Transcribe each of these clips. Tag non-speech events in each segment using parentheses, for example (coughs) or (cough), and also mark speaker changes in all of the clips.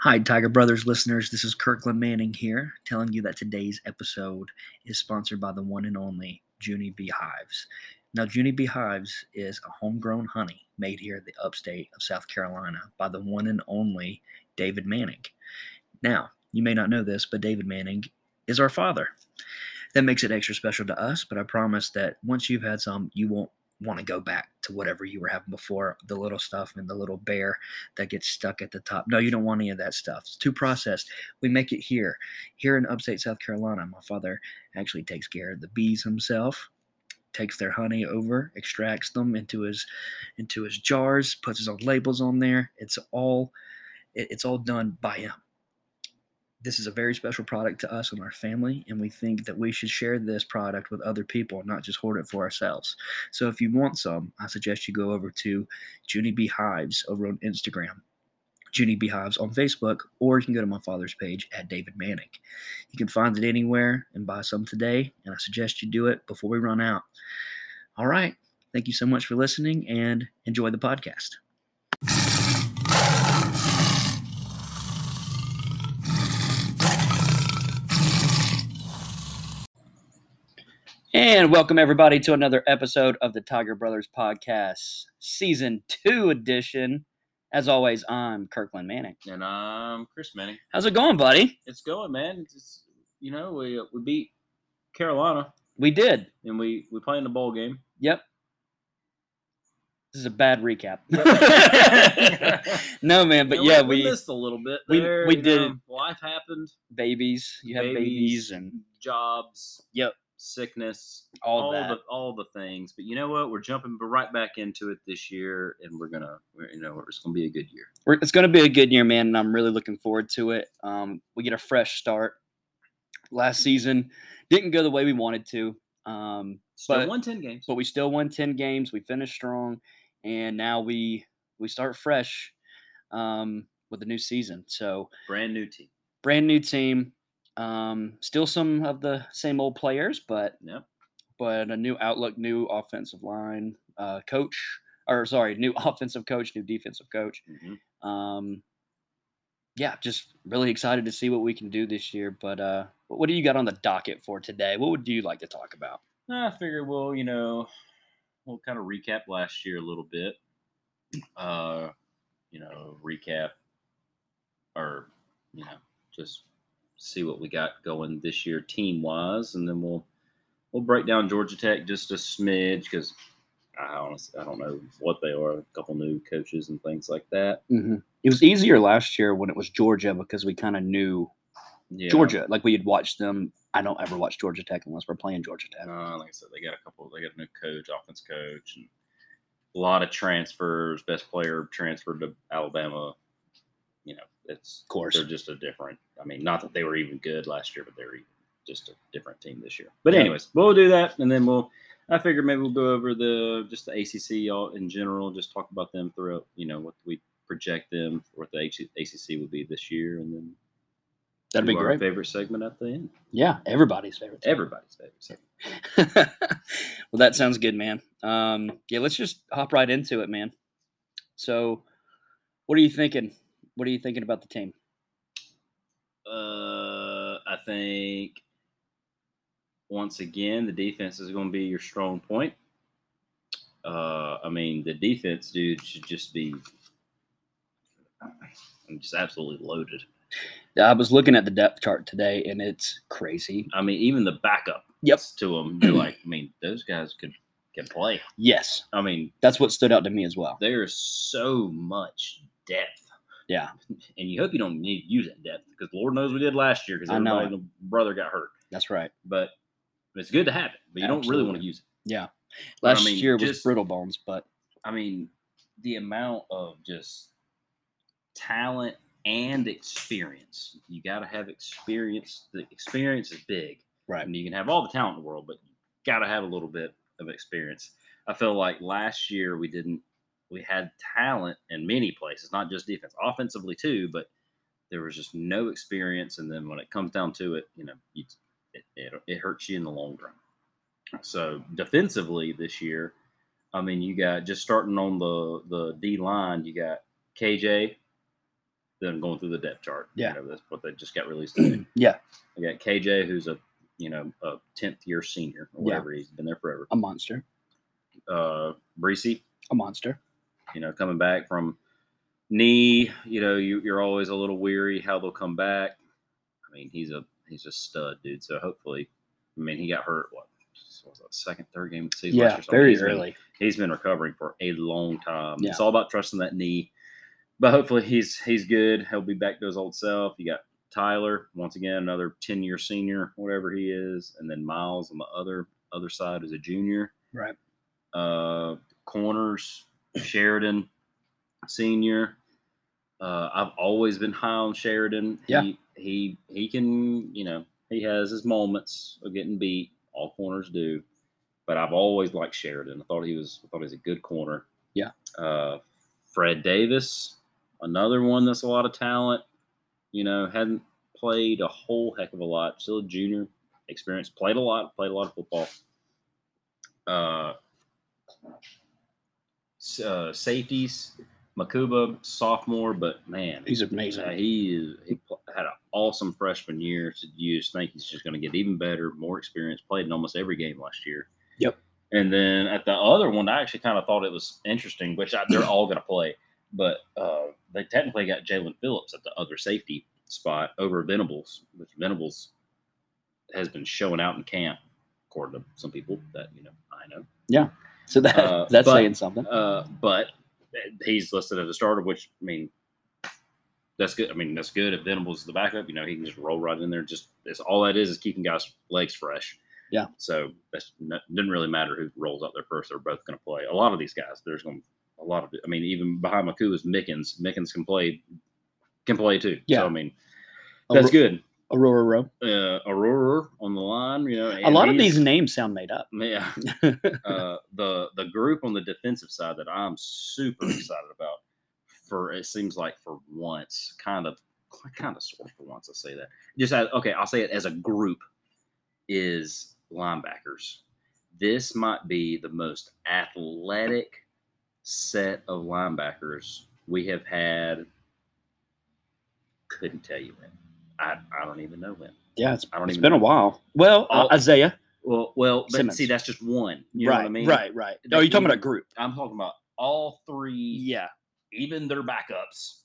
Speaker 1: Hi, Tiger Brothers listeners. This is Kirkland Manning here, telling you that today's episode is sponsored by the one and only Junie Beehives. Now, Junie Beehives is a homegrown honey made here at the upstate of South Carolina by the one and only David Manning. Now, you may not know this, but David Manning is our father. That makes it extra special to us, but I promise that once you've had some, you won't want to go back to whatever you were having before the little stuff and the little bear that gets stuck at the top. No, you don't want any of that stuff. It's too processed. We make it here. Here in upstate South Carolina, my father actually takes care of the bees himself, takes their honey over, extracts them into his into his jars, puts his own labels on there. It's all it- it's all done by him. This is a very special product to us and our family, and we think that we should share this product with other people, not just hoard it for ourselves. So if you want some, I suggest you go over to Junie Beehives over on Instagram, Junie Beehives on Facebook, or you can go to my father's page at David Manning. You can find it anywhere and buy some today, and I suggest you do it before we run out. All right. Thank you so much for listening and enjoy the podcast. And welcome everybody to another episode of the Tiger Brothers Podcast, Season 2 edition. As always, I'm Kirkland Manning.
Speaker 2: And I'm Chris Manning.
Speaker 1: How's it going, buddy?
Speaker 2: It's going, man. It's just, you know, we uh, we beat Carolina
Speaker 1: We did.
Speaker 2: and we we play in the bowl game.
Speaker 1: Yep. This is a bad recap. (laughs) no, man, but
Speaker 2: And
Speaker 1: yeah,
Speaker 2: we,
Speaker 1: we
Speaker 2: missed a little bit.
Speaker 1: we-
Speaker 2: there,
Speaker 1: we
Speaker 2: you
Speaker 1: did.
Speaker 2: know, life happened.
Speaker 1: babies. You have babies,
Speaker 2: Babies.
Speaker 1: and
Speaker 2: Jobs.
Speaker 1: Yep.
Speaker 2: Sickness.
Speaker 1: All that.
Speaker 2: the all the things. But you know what? We're jumping right back into it this year, and we're gonna, we're, you know, it's gonna be a good year.
Speaker 1: we're, it's going to be a good year, man, and I'm really looking forward to it. Um, we get a fresh start. Last season didn't go the way we wanted to, um,
Speaker 2: Still
Speaker 1: But-
Speaker 2: won ten games.
Speaker 1: but we still won ten games. We finished strong, and now we we start fresh um, with a new season. So
Speaker 2: Brand new team.
Speaker 1: brand new team. Um, still some of the same old players, but
Speaker 2: Yep.
Speaker 1: but a new outlook, new offensive line uh, coach, or sorry, new (laughs) offensive coach, new defensive coach.
Speaker 2: Mhm.
Speaker 1: Um, yeah, just really excited to see what we can do this year. But uh, what do you got on the docket for today? What would you like to talk about?
Speaker 2: I figure we'll, you know, we'll kind of recap last year a little bit. Uh, you know, recap or, you know, just see what we got going this year team wise, and then we'll we'll break down Georgia Tech just a smidge because I honestly I don't know what they are. A couple new coaches and things like that.
Speaker 1: Mm-hmm. It was easier last year when it was Georgia because we kind of knew
Speaker 2: Yeah.
Speaker 1: Georgia, like we had watched them. I don't ever watch Georgia Tech unless we're playing Georgia Tech.
Speaker 2: Uh, like I said, they got a couple. They got a new coach, offense coach, and a lot of transfers. Best player transferred to Alabama. You know, it's
Speaker 1: Of course.
Speaker 2: they're just a different. I mean, not that they were even good last year, but they're even just a different team this year. But
Speaker 1: Yeah.
Speaker 2: anyways, we'll do that, and then we'll. I figure maybe we'll go over the just the ACC all in general. Just talk about them throughout. You know what we project them for what the ACC will be this year, and then
Speaker 1: That'd
Speaker 2: do
Speaker 1: be
Speaker 2: our
Speaker 1: great.
Speaker 2: Favorite segment at the end.
Speaker 1: Yeah, everybody's favorite. team.
Speaker 2: Everybody's favorite segment.
Speaker 1: (laughs) well, that sounds good, man. Um, yeah, let's just hop right into it, man. So, what are you thinking? What are you thinking about the team?
Speaker 2: Uh, I think once again the defense is going to be your strong point. Uh, I mean the defense, dude, should just be. I'm just absolutely loaded.
Speaker 1: I was looking at the depth chart today, and it's crazy.
Speaker 2: I mean, even the backup
Speaker 1: Yep.
Speaker 2: to them, you're like, I mean, those guys could can play.
Speaker 1: Yes,
Speaker 2: I mean,
Speaker 1: that's what stood out to me as well.
Speaker 2: there's so much depth.
Speaker 1: Yeah.
Speaker 2: and you hope you don't need to use that depth because Lord knows we did last year because
Speaker 1: I know
Speaker 2: everybody, and the brother got hurt.
Speaker 1: That's right.
Speaker 2: But it's good to have it, but you don't really want
Speaker 1: Absolutely.
Speaker 2: to use it.
Speaker 1: Yeah.
Speaker 2: But I
Speaker 1: Last
Speaker 2: mean,
Speaker 1: year was
Speaker 2: just-
Speaker 1: brittle bones, but
Speaker 2: I mean, the amount of just talent and experience. You got to have experience. The experience is big.
Speaker 1: Right.
Speaker 2: I mean, you can have all the talent in the world, but you got to have a little bit of experience. I feel like last year we didn't, we had talent in many places, not just defense, offensively too, but there was just no experience. And then when it comes down to it, you know, you, it, it, it hurts you in the long run. So defensively this year, I mean, you got just starting on the the D line, you got KJ, them going through the depth chart.
Speaker 3: Yeah.
Speaker 2: You know, that's what they just
Speaker 1: (clears throat)
Speaker 2: got released today.
Speaker 1: Yeah.
Speaker 2: I got KJ, who's a you know a tenth year senior or
Speaker 1: Yeah.
Speaker 2: whatever. He's been there forever.
Speaker 1: A monster.
Speaker 2: Uh, Breesy,
Speaker 1: A monster.
Speaker 2: you know, coming back from knee, you know, you, you're always a little weary how they'll come back. I mean, he's a he's a stud, dude. So hopefully, I mean, he got hurt what, what was that second, third game of the season? last year
Speaker 1: Yeah,
Speaker 2: or something.
Speaker 1: very
Speaker 2: He's been-
Speaker 1: early.
Speaker 2: he's been recovering for a long time.
Speaker 1: Yeah.
Speaker 2: It's all about trusting that knee. But hopefully he's he's good. He'll be back to his old self. You got Tyler, once again, another 10 year senior, whatever he is, and then Miles on the other other side is a junior.
Speaker 1: Right.
Speaker 2: Uh corners, Sheridan, senior. Uh, I've always been high on Sheridan.
Speaker 1: Yeah.
Speaker 2: He, he he can, you know, he has his moments of getting beat. All corners do but I've always liked Sheridan. I thought he was I thought he was a good corner.
Speaker 1: Yeah.
Speaker 2: Uh, Fred Davis, another one that's a lot of talent. You know, hadn't played a whole heck of a lot. Still a junior, experience played a lot, played a lot of football. Uh, s- uh safeties, Makuba, sophomore, but man,
Speaker 1: He's amazing.
Speaker 2: uh, he is, he pl- had an awesome freshman year. So you just think he's just going to get even better, more experience. Played in almost every game last year.
Speaker 1: Yep.
Speaker 2: And then at the other one, I actually kind of thought it was interesting, which I, they're all going to play. But uh, they technically got Jalen Phillips at the other safety spot over Venables, which Venables has been showing out in camp, according to some people that you know I know.
Speaker 1: So that
Speaker 2: uh,
Speaker 1: (laughs) that's
Speaker 2: but-
Speaker 1: saying something.
Speaker 2: Uh, but he's listed as a starter, which I mean, that's good. I mean, that's good. If Venables is the backup, you know, he can just roll right in there. Just it's all that is is keeping guys' legs fresh.
Speaker 1: Yeah.
Speaker 2: So that's not, doesn't really matter who rolls out there first. They're both going to play. A lot of these guys, there's going to a lot of. I mean, even behind Maku is Mickens. Mickens can play, can play too.
Speaker 1: Yeah.
Speaker 2: So I mean, that's good.
Speaker 1: Aurora Row.
Speaker 2: Uh, Aurora on the line, you know.
Speaker 1: A lot of
Speaker 2: and he's-
Speaker 1: these names sound made up. (laughs)
Speaker 2: yeah. uh, the the group on the defensive side that I'm super excited about for it seems like for once, kind of kind of sort of for once I say that. Just as, okay, I'll say it as a group is linebackers. This might be the most athletic set of linebackers we have had. Couldn't tell you when. I, I don't even know when.
Speaker 1: Yeah, it's,
Speaker 2: I don't
Speaker 1: it's
Speaker 2: even
Speaker 1: been a
Speaker 2: know.
Speaker 1: while. Well, uh,
Speaker 2: All-
Speaker 1: Isaiah.
Speaker 2: Well, well, but
Speaker 1: Simmons.
Speaker 2: see, that's just one. You
Speaker 1: right,
Speaker 2: know what I mean?
Speaker 1: right, right.
Speaker 2: They
Speaker 1: No, you're talking
Speaker 2: can-
Speaker 1: about a group.
Speaker 2: I'm talking about all three,
Speaker 1: Yeah.
Speaker 2: even their backups,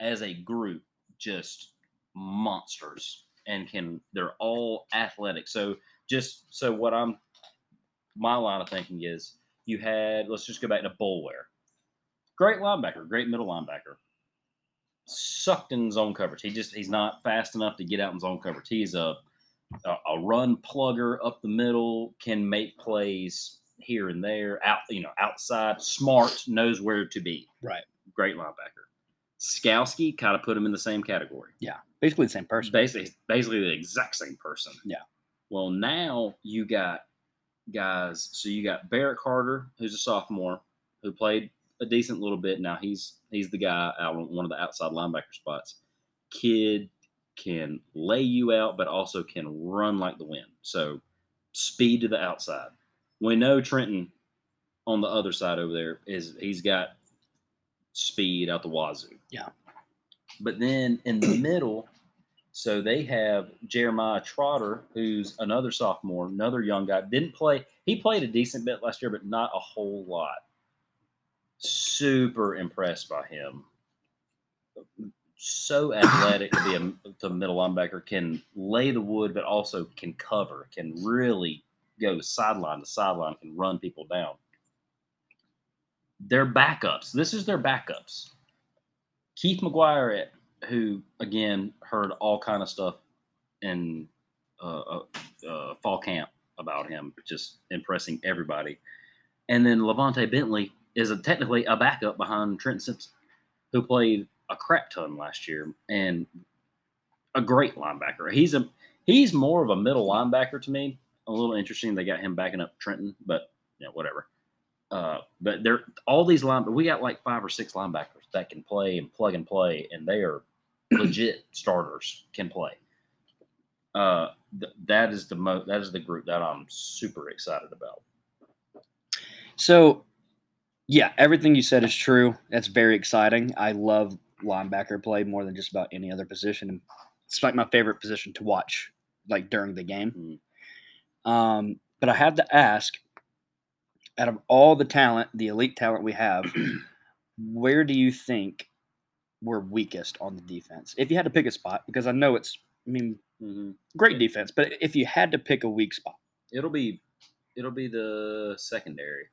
Speaker 2: as a group, just monsters, and can they're all athletic. So just so what I'm, my line of thinking is, you had let's just go back to Bullware, great linebacker, great middle linebacker, sucked in zone coverage. He just he's not fast enough to get out in zone coverage. He's a a, a run plugger up the middle, can make plays here and there, out you know, outside, smart, knows where to be.
Speaker 1: Right.
Speaker 2: Great linebacker. Skowski kind of put him in the same category.
Speaker 1: Basically the same person.
Speaker 2: Basically basically the exact same person.
Speaker 1: Yeah.
Speaker 2: Well, now you got guys, so you got Barrett Carter, who's a sophomore, who played a decent little bit. Now he's he's the guy out on one of the outside linebacker spots. Kid can lay you out, but also can run like the wind. So speed to the outside. We know Trenton on the other side over there is he's got speed out the wazoo.
Speaker 1: Yeah.
Speaker 2: But then in the middle, so they have Jeremiah Trotter, who's another sophomore, another young guy. Didn't play. He played a decent bit last year, but not a whole lot. Super impressed by him. So athletic to be a to middle linebacker, can lay the wood, but also can cover, can really go sideline to sideline, can run people down. Their backups. This is their backups. Keith McGuire at who again heard all kind of stuff in uh, uh, uh, fall camp about him, just impressing everybody. And then Levante Bentley is a, technically a backup behind Trent Simpson, who played a crap ton last year and a great linebacker. He's a he's more of a middle linebacker to me. A little interesting they got him backing up Trenton, but you know, whatever. Uh, but they're all these line, but we got like five or six linebackers that can play and plug and play, and they are legit starters can play. Uh, th- that is the mo- that is the group that I'm super excited about.
Speaker 1: So, yeah, everything you said is true. That's very exciting. I love linebacker play more than just about any other position. It's like my favorite position to watch, like during the game. Um, but I had to ask, out of all the talent, the elite talent we (clears throat) have, where do you think we're weakest on the defense? If you had to pick a spot, because I know it's, I mean,
Speaker 2: hmm
Speaker 1: great defense, but if you had to pick a weak spot,
Speaker 2: It'll be it'll be the secondary.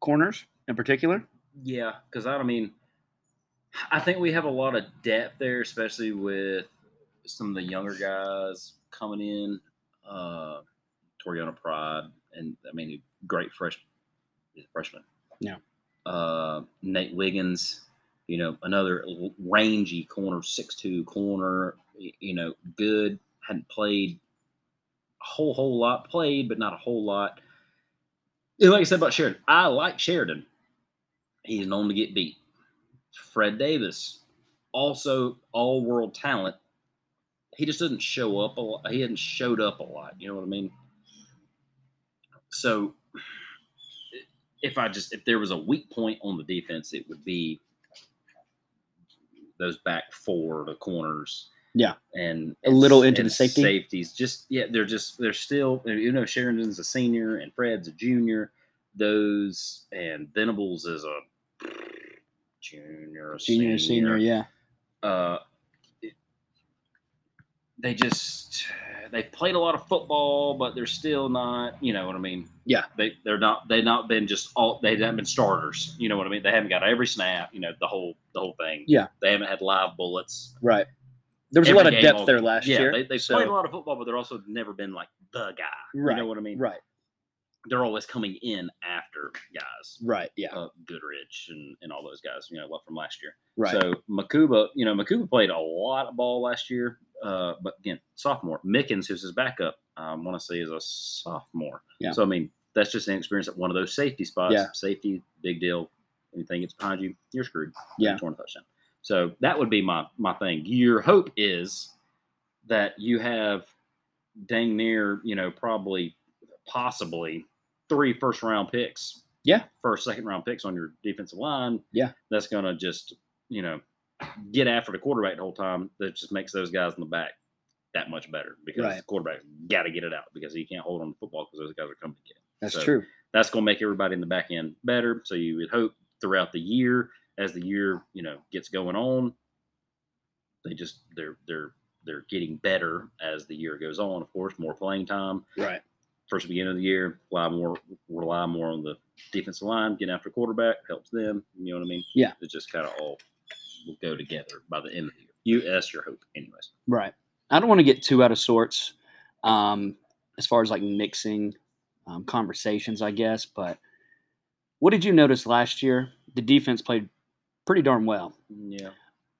Speaker 1: corners in particular,
Speaker 2: Yeah, because I don't mean, I think we have a lot of depth there, especially with some of the younger guys coming in. Uh, Toriana Pride, and I mean, a great fresh, he's a freshman.
Speaker 1: Yeah.
Speaker 2: Uh, Nate Wiggins, you know, another l- rangy corner, six-two corner, y- you know, good. Hadn't played a whole whole lot, played but not a whole lot. And like I said about Sheridan, I like Sheridan he's known to get beat. Fred Davis, also all world talent. He just doesn't show up a lot. He hasn't showed up a lot. You know what I mean? So if I just if there was a weak point on the defense, it would be those back four, the corners.
Speaker 1: Yeah.
Speaker 2: And
Speaker 1: A little into
Speaker 2: and
Speaker 1: the safety.
Speaker 2: Safeties. Just yeah, they're just they're still you know, Sheridan's a senior and Fred's a junior. Those and Venables is a junior,
Speaker 1: junior, senior, yeah.
Speaker 2: uh, it- they just they played a lot of football, but they're still not. You know what I mean?
Speaker 1: Yeah.
Speaker 2: They they're not they've not been just all they haven't been starters. You know what I mean? They haven't got every snap. You know the whole the whole thing.
Speaker 1: Yeah.
Speaker 2: They haven't had live bullets.
Speaker 1: Right. There was
Speaker 2: Every
Speaker 1: a lot of
Speaker 2: game
Speaker 1: depth
Speaker 2: all-
Speaker 1: there last
Speaker 2: yeah.
Speaker 1: year.
Speaker 2: They they
Speaker 1: so-
Speaker 2: played a lot of football, but they're also never been like the guy.
Speaker 1: Right,
Speaker 2: You know what I mean?
Speaker 1: Right,
Speaker 2: They're always coming in after guys.
Speaker 1: right, yeah,
Speaker 2: Uh, Goodrich and, and all those guys, you know, what from last year.
Speaker 1: right.
Speaker 2: So Makuba, you know, Makuba played a lot of ball last year, uh, but again, sophomore. Mickens, who's his backup, I want to say is a sophomore.
Speaker 1: Yeah.
Speaker 2: So I mean, that's just an experience at one of those safety spots.
Speaker 1: Yeah.
Speaker 2: Safety, big deal. Anything gets behind you, you're screwed.
Speaker 1: Yeah.
Speaker 2: Torn touchdown. So that would be my my thing. Your hope is that you have dang near, you know, probably possibly three first round picks.
Speaker 1: Yeah.
Speaker 2: First, second round picks on your defensive line.
Speaker 1: Yeah.
Speaker 2: That's going to just, you know, get after the quarterback the whole time. That just makes those guys in the back that much better because
Speaker 1: Right.
Speaker 2: the quarterback's got to get it out because he can't hold on to the football because those guys are coming to get it.
Speaker 1: That's
Speaker 2: so-
Speaker 1: true.
Speaker 2: That's going to make everybody in the back end better. So you would hope throughout the year, as the year, you know, gets going on, they just, they're, they're, they're getting better as the year goes on. Of course, more playing time
Speaker 1: Right.
Speaker 2: first beginning of the year, rely more rely more on the defensive line, getting after quarterback helps them. You know what I mean?
Speaker 1: Yeah.
Speaker 2: It just kind of all will go together by the end of the year. You that's your hope, anyways.
Speaker 1: Right. I don't want to get too out of sorts um, as far as like mixing um, conversations, I guess. But what did you notice last year? The defense played pretty darn well.
Speaker 2: Yeah.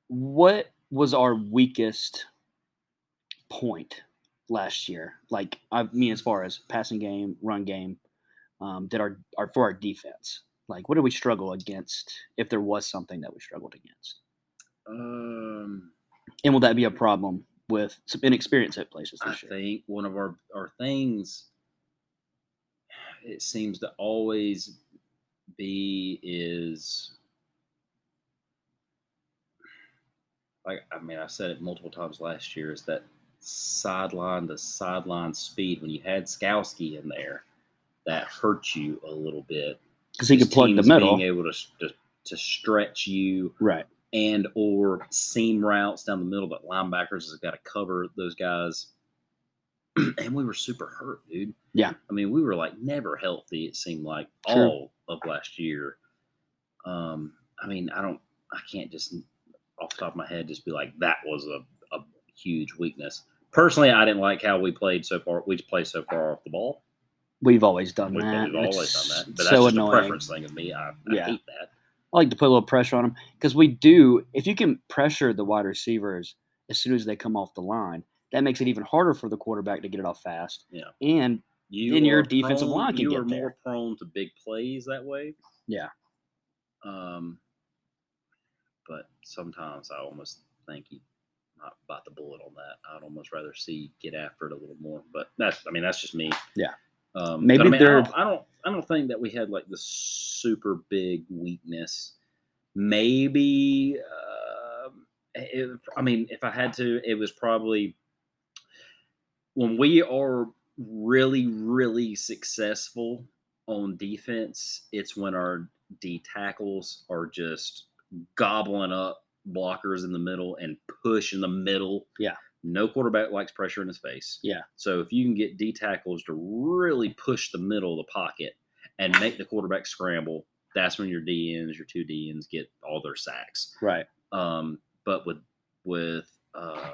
Speaker 1: What was our weakest point last year? Like, I mean, as far as passing game, run game, um, did our, our for our defense? Like, what did we struggle against if there was something that we struggled against?
Speaker 2: Um,
Speaker 1: And will that be a problem with some inexperience at places
Speaker 2: I
Speaker 1: this year?
Speaker 2: think one of our our things (sighs) it seems to always be is like I mean I said it multiple times last year is that sideline to sideline speed when you had Skowski in there that hurt you a little bit.
Speaker 1: Because he could
Speaker 2: Just
Speaker 1: plug the
Speaker 2: teams
Speaker 1: middle.
Speaker 2: being able to, s- to to stretch you
Speaker 1: Right.
Speaker 2: and or seam routes down the middle, but linebackers has got to cover those guys. (clears throat) and we were super hurt, dude.
Speaker 1: Yeah.
Speaker 2: I mean, we were like never healthy, it seemed like
Speaker 1: True.
Speaker 2: all of last year. Um, I mean, I don't I can't just off the top of my head just be like that was a, a huge weakness. Personally, I didn't like how we played so far. We played so far off the ball.
Speaker 1: We've always done
Speaker 2: We've
Speaker 1: that.
Speaker 2: we've always done
Speaker 1: It's
Speaker 2: that. But that's
Speaker 1: so
Speaker 2: just a
Speaker 1: annoying.
Speaker 2: preference thing of me. I, I
Speaker 1: Yeah.
Speaker 2: hate that.
Speaker 1: I like to put a little pressure on them because we do. If you can pressure the wide receivers as soon as they come off the line, that makes it even harder for the quarterback to get it off fast.
Speaker 2: Yeah.
Speaker 1: And
Speaker 2: you
Speaker 1: then your
Speaker 2: are
Speaker 1: defensive
Speaker 2: prone-
Speaker 1: line can
Speaker 2: you
Speaker 1: get
Speaker 2: are
Speaker 1: there.
Speaker 2: more prone to big plays that way.
Speaker 1: Yeah.
Speaker 2: Um, but sometimes I almost think he not bite the bullet on that. I'd almost rather see get after it a little more. But that's I mean that's just me.
Speaker 1: Yeah.
Speaker 2: Um,
Speaker 1: Maybe
Speaker 2: Maybe I, mean, I
Speaker 1: they're-
Speaker 2: don't, I don't. I don't think that we had like the super big weakness. Maybe uh, it, I mean, if I had to, it was probably when we are really, really successful on defense, it's when our D tackles are just gobbling up blockers in the middle and push in the middle.
Speaker 1: Yeah.
Speaker 2: No quarterback likes pressure in his face.
Speaker 1: Yeah.
Speaker 2: So if you can get D tackles to really push the middle of the pocket and make the quarterback scramble, that's when your DNs, your two DNs get all their sacks.
Speaker 1: Right.
Speaker 2: Um, but with with uh,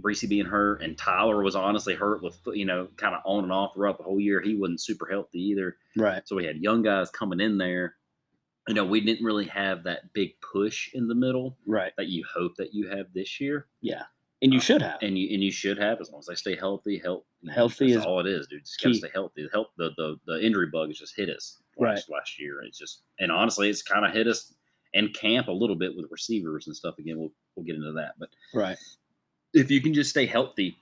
Speaker 2: Breesy being hurt and Tyler was honestly hurt with you know kind of on and off throughout the whole year. He wasn't super healthy either.
Speaker 1: Right.
Speaker 2: So we had young guys coming in there. You know, we didn't really have that big push in the middle
Speaker 1: Right.
Speaker 2: that you hope that you have this year,
Speaker 1: Yeah. And you should have.
Speaker 2: and you and you should have as long as they stay healthy. Help
Speaker 1: Healthy
Speaker 2: that's
Speaker 1: is
Speaker 2: all it is, dude. Just gotta
Speaker 1: key.
Speaker 2: stay healthy. The Help the, the the injury bug has just hit us last, last year. It's just and honestly, it's kind of hit us in camp a little bit with receivers and stuff. Again, we'll we'll get into that, but
Speaker 1: Right.
Speaker 2: if you can just stay healthy,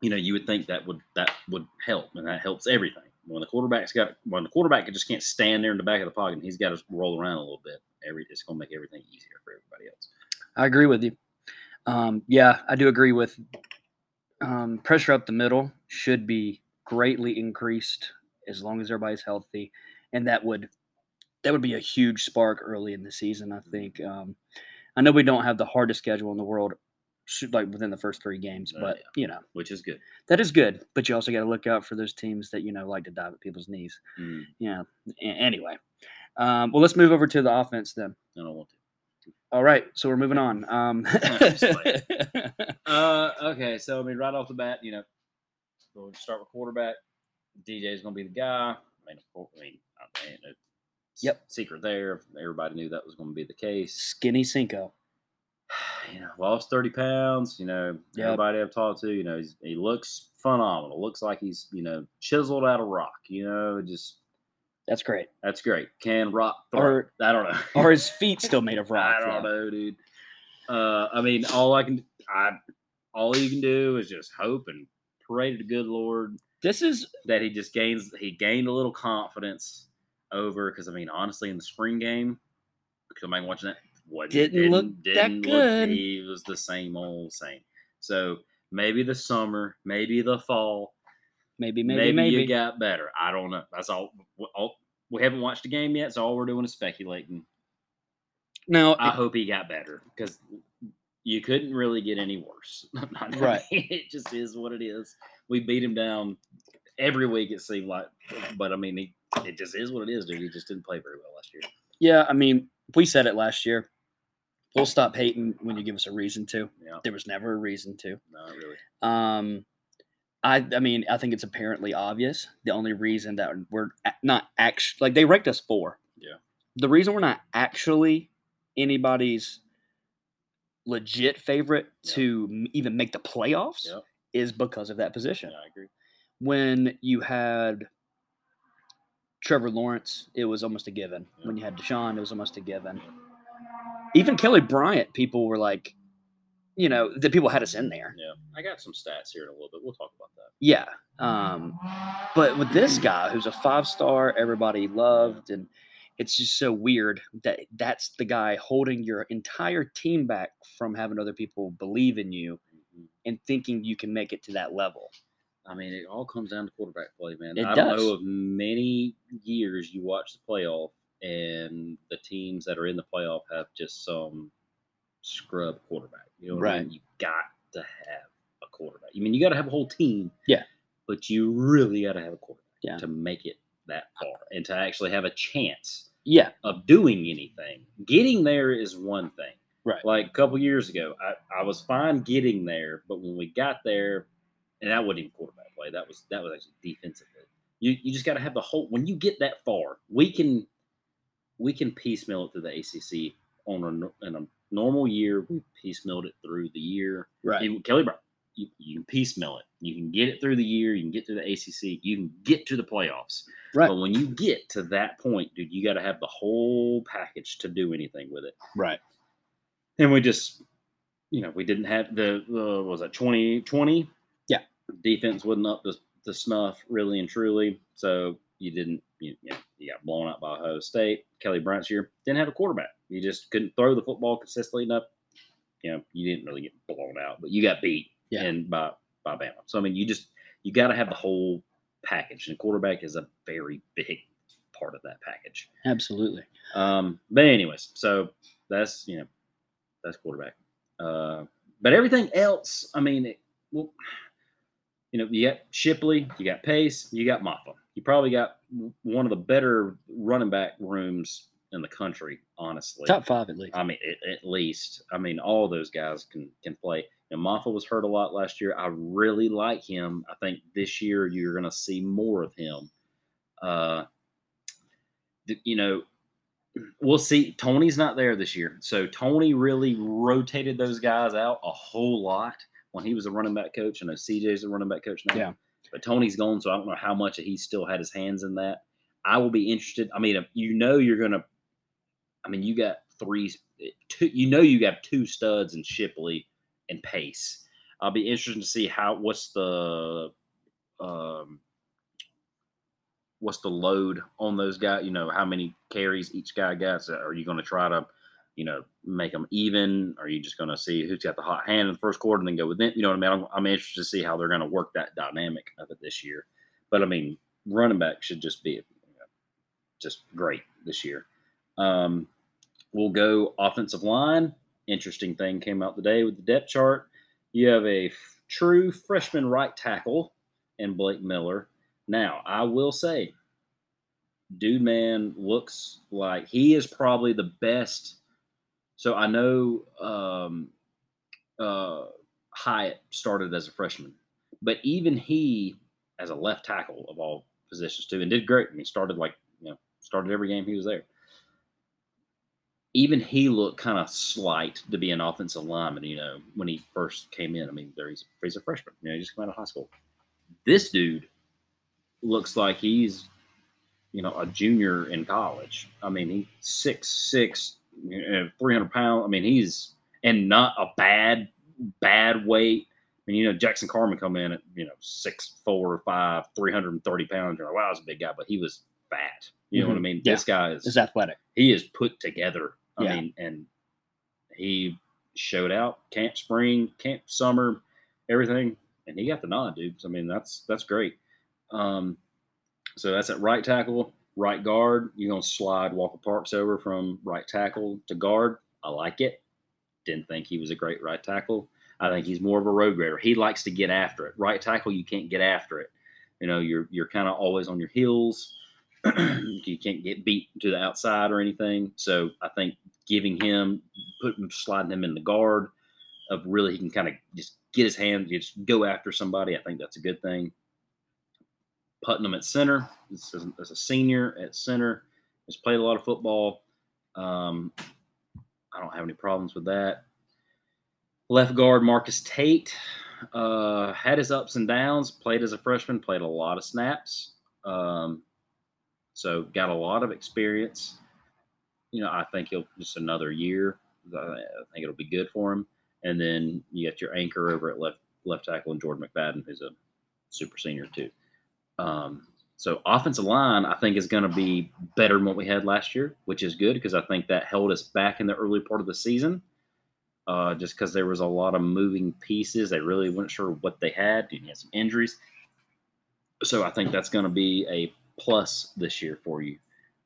Speaker 2: you know, you would think that would that would help, and that helps everything. When the quarterback's got when the quarterback just can't stand there in the back of the pocket, and he's got to roll around a little bit. Every it's going to make everything easier for everybody else.
Speaker 1: I agree with you. Um, yeah, I do agree with um, pressure up the middle should be greatly increased as long as everybody's healthy, and that would that would be a huge spark early in the season.
Speaker 2: Mm-hmm.
Speaker 1: I think. Um, I know we don't have the hardest schedule in the world, shoot, like within the first three games,
Speaker 2: Uh,
Speaker 1: but
Speaker 2: yeah.
Speaker 1: you know
Speaker 2: Which is good.
Speaker 1: that is good. But you also got to look out for those teams that you know like to dive at people's knees.
Speaker 2: Mm,
Speaker 1: Yeah. a- Anyway, um, well, let's move over to the offense then.
Speaker 2: I don't want
Speaker 1: All right, so we're moving on.
Speaker 2: (laughs)
Speaker 1: Um,
Speaker 2: Just to. Uh, okay, so I mean, right off the bat, you know, we'll start with quarterback. DJ's going to be the guy. I mean, of course, I mean, I mean, it's
Speaker 1: Yep.
Speaker 2: secret there. Everybody knew that was going to be the
Speaker 1: (laughs)
Speaker 2: case. (sighs)
Speaker 1: Skinny Cinco.
Speaker 2: you know, lost 30 pounds. You know,
Speaker 1: Yep.
Speaker 2: everybody I've talked to, you know, he's, he looks phenomenal. Looks like he's, you know, chiseled out of rock. You know, just
Speaker 1: That's great.
Speaker 2: that's great. Can rock throw.
Speaker 1: Or-
Speaker 2: I don't know.
Speaker 1: Are his feet still made of rock?
Speaker 2: (laughs) I don't
Speaker 1: though?
Speaker 2: know, dude. Uh, I mean, all I can, I, all you can do is just hope and pray to the good Lord
Speaker 1: This is
Speaker 2: that he just gains he gained a little confidence over because I mean honestly in the spring game, somebody watching that what
Speaker 1: Didn't look that good.
Speaker 2: he was the same old same. So maybe the summer, maybe the fall,
Speaker 1: maybe,
Speaker 2: maybe,
Speaker 1: maybe, maybe.
Speaker 2: you got better. I don't know. That's all. w- all we haven't watched the game yet, so all we're doing is speculating.
Speaker 1: now,
Speaker 2: I hope he got better because you couldn't really get any worse. (laughs) I mean,
Speaker 1: Right.
Speaker 2: (laughs) it just is what it is. We beat him down every week, it seemed like. But I mean, he, it just is what it is, dude. He just didn't play very well last year.
Speaker 1: yeah, I mean, we said it last year. We'll stop hating when you give us a reason to.
Speaker 2: Yeah,
Speaker 1: There was never a reason to.
Speaker 2: not really.
Speaker 1: Um, I, I mean, I think it's apparently obvious. The only reason that we're a- not actually like they ranked us four.
Speaker 2: Yeah.
Speaker 1: The reason we're not actually anybody's legit favorite
Speaker 2: Yeah.
Speaker 1: to m- even make the playoffs
Speaker 2: Yep.
Speaker 1: is because of that
Speaker 2: Yeah,
Speaker 1: position.
Speaker 2: I agree.
Speaker 1: when you had Trevor Lawrence, it was almost a given. When you had Deshaun, it was almost a given. Even Kelly Bryant, people were like, you know, the people had us in there.
Speaker 2: Yeah, I got some stats here in a little bit. We'll talk about that.
Speaker 1: Yeah. Um, but with this guy who's a five star, everybody loved, and it's just so weird that that's the guy holding your entire team back from having other people believe in you
Speaker 2: Mhm.
Speaker 1: and thinking you can make it to that level.
Speaker 2: I mean, it all comes down to quarterback play, man.
Speaker 1: It
Speaker 2: I don't
Speaker 1: does.
Speaker 2: know of many years you watch the playoff and the teams that are in the playoff have just some scrub quarterback. You know what I mean? You got to have a quarterback. You mean, you got to have a whole team.
Speaker 1: Yeah.
Speaker 2: But you really got to have a quarterback
Speaker 1: Yeah.
Speaker 2: to make it that far and to actually have a chance
Speaker 1: Yeah.
Speaker 2: of doing anything. Getting there is one thing.
Speaker 1: Right.
Speaker 2: Like a couple years ago, I, I was fine getting there, but when we got there, and that wasn't even quarterback play. That was that was actually defensively. You you just got to have the whole. When you get that far, we can we can piecemeal it through the ACC on a nor- in a normal year. We piecemealed it through the year.
Speaker 1: Right.
Speaker 2: And Kelly Brown, you, you can piecemeal it. You can get it through the year. You can get through the ACC. You can get to the playoffs.
Speaker 1: Right.
Speaker 2: But when you get to that point, dude, you got to have the whole package to do anything with it.
Speaker 1: Right.
Speaker 2: And we just, you know, we didn't have the uh, what was that 2020?
Speaker 1: Yeah.
Speaker 2: Defense wasn't up to, to snuff, really and truly. So you didn't, you, you, know, you got blown out by Ohio State. Kelly Bryant's year didn't have a quarterback. You just couldn't throw the football consistently enough you know, you didn't really get blown out, but you got beat
Speaker 1: Yeah.
Speaker 2: and by by Bama. So I mean, you just you got to have the whole package, and quarterback is a very big part of that package.
Speaker 1: Absolutely.
Speaker 2: Um, but anyways, so that's you know that's quarterback. Uh, but everything else, I mean, it, well, you know, you got Shipley, you got Pace, you got Moffa. You probably got w- one of the better running back rooms in the country, honestly.
Speaker 1: Top five at least.
Speaker 2: I mean, at, at least. I mean, all those guys can can play. And Moffa was hurt a lot last year. I really like him. I think this year you're going to see more of him. Uh, th- you know, we'll see. Tony's not there this year, so Tony really rotated those guys out a whole lot when he was a running back coach. I know CJ's a running back coach now.
Speaker 1: Yeah.
Speaker 2: But Tony's gone, so I don't know how much he still had his hands in that. I will be interested. I mean, if you know you're going to I mean, you got three, two. You know, you got two studs in Shipley and Pace. I'll be interested to see how what's the um, what's the load on those guys. You know, how many carries each guy got. So are you going to try to, you know, make them even? Are you just going to see who's got the hot hand in the first quarter and then go with them? You know what I mean? I'm, I'm interested to see how they're going to work that dynamic of it this year. But I mean, running back should just be you know, just great this year. Um, we'll go offensive line. Interesting thing came out today with the depth chart. You have a f- true freshman right tackle and Blake Miller. Now, I will say, dude, man, looks like he is probably the best. So I know um, uh, Hyatt started as a freshman, but even he, as a left tackle of all positions, too, and did great. I mean, started like, you know, started every game he was there even he looked kind of slight to be an offensive lineman, you know, when he first came in. I mean, there he's, he's a freshman, you know, he just came out of high school. This dude looks like he's, you know, a junior in college. I mean, he's six six, you know, 300 pounds. I mean, he's, and not a bad, bad weight. I mean, you know, Jackson Carmen come in at, you know, six, four, five, 330 pounds. You're like, wow, that's a big guy, but he was fat. You know what I
Speaker 1: Mhm.
Speaker 2: mean?
Speaker 1: Yeah.
Speaker 2: This guy is
Speaker 1: Is athletic.
Speaker 2: he is put together. I
Speaker 1: Yeah.
Speaker 2: mean, and he showed out camp spring, camp summer, everything, and he got the nod, dude. So, I mean, that's that's great. Um, so that's at right tackle, right guard. You're gonna slide Walker Parks over from right tackle to guard. I like it. Didn't think he was a great right tackle. I think he's more of a road grader. He likes to get after it. Right tackle, you can't get after it. You know, you're you're kind of always on your heels. (clears throat) you can't get beat to the outside or anything. So I think giving him, putting sliding him in the guard, of really he can kind of just get his hand, just go after somebody. I think that's a good thing. Putnam at center, this is- as a senior at center, has played a lot of football. Um, I don't have any problems with that. Left guard Marcus Tate uh, had his ups and downs. Played as a freshman, played a lot of snaps. Um, so got a lot of experience. You know, I think he'll just another year. I I think it'll be good for him. And then you got your anchor over at left left tackle and Jordan McFadden, who's a super senior too. Um, so offensive line, I think, is going to be better than what we had last year, which is good because I think that held us back in the early part of the season. Uh, just because there was a lot of moving pieces, they really weren't sure what they had. You had some injuries, so I think that's going to be a plus this year for you.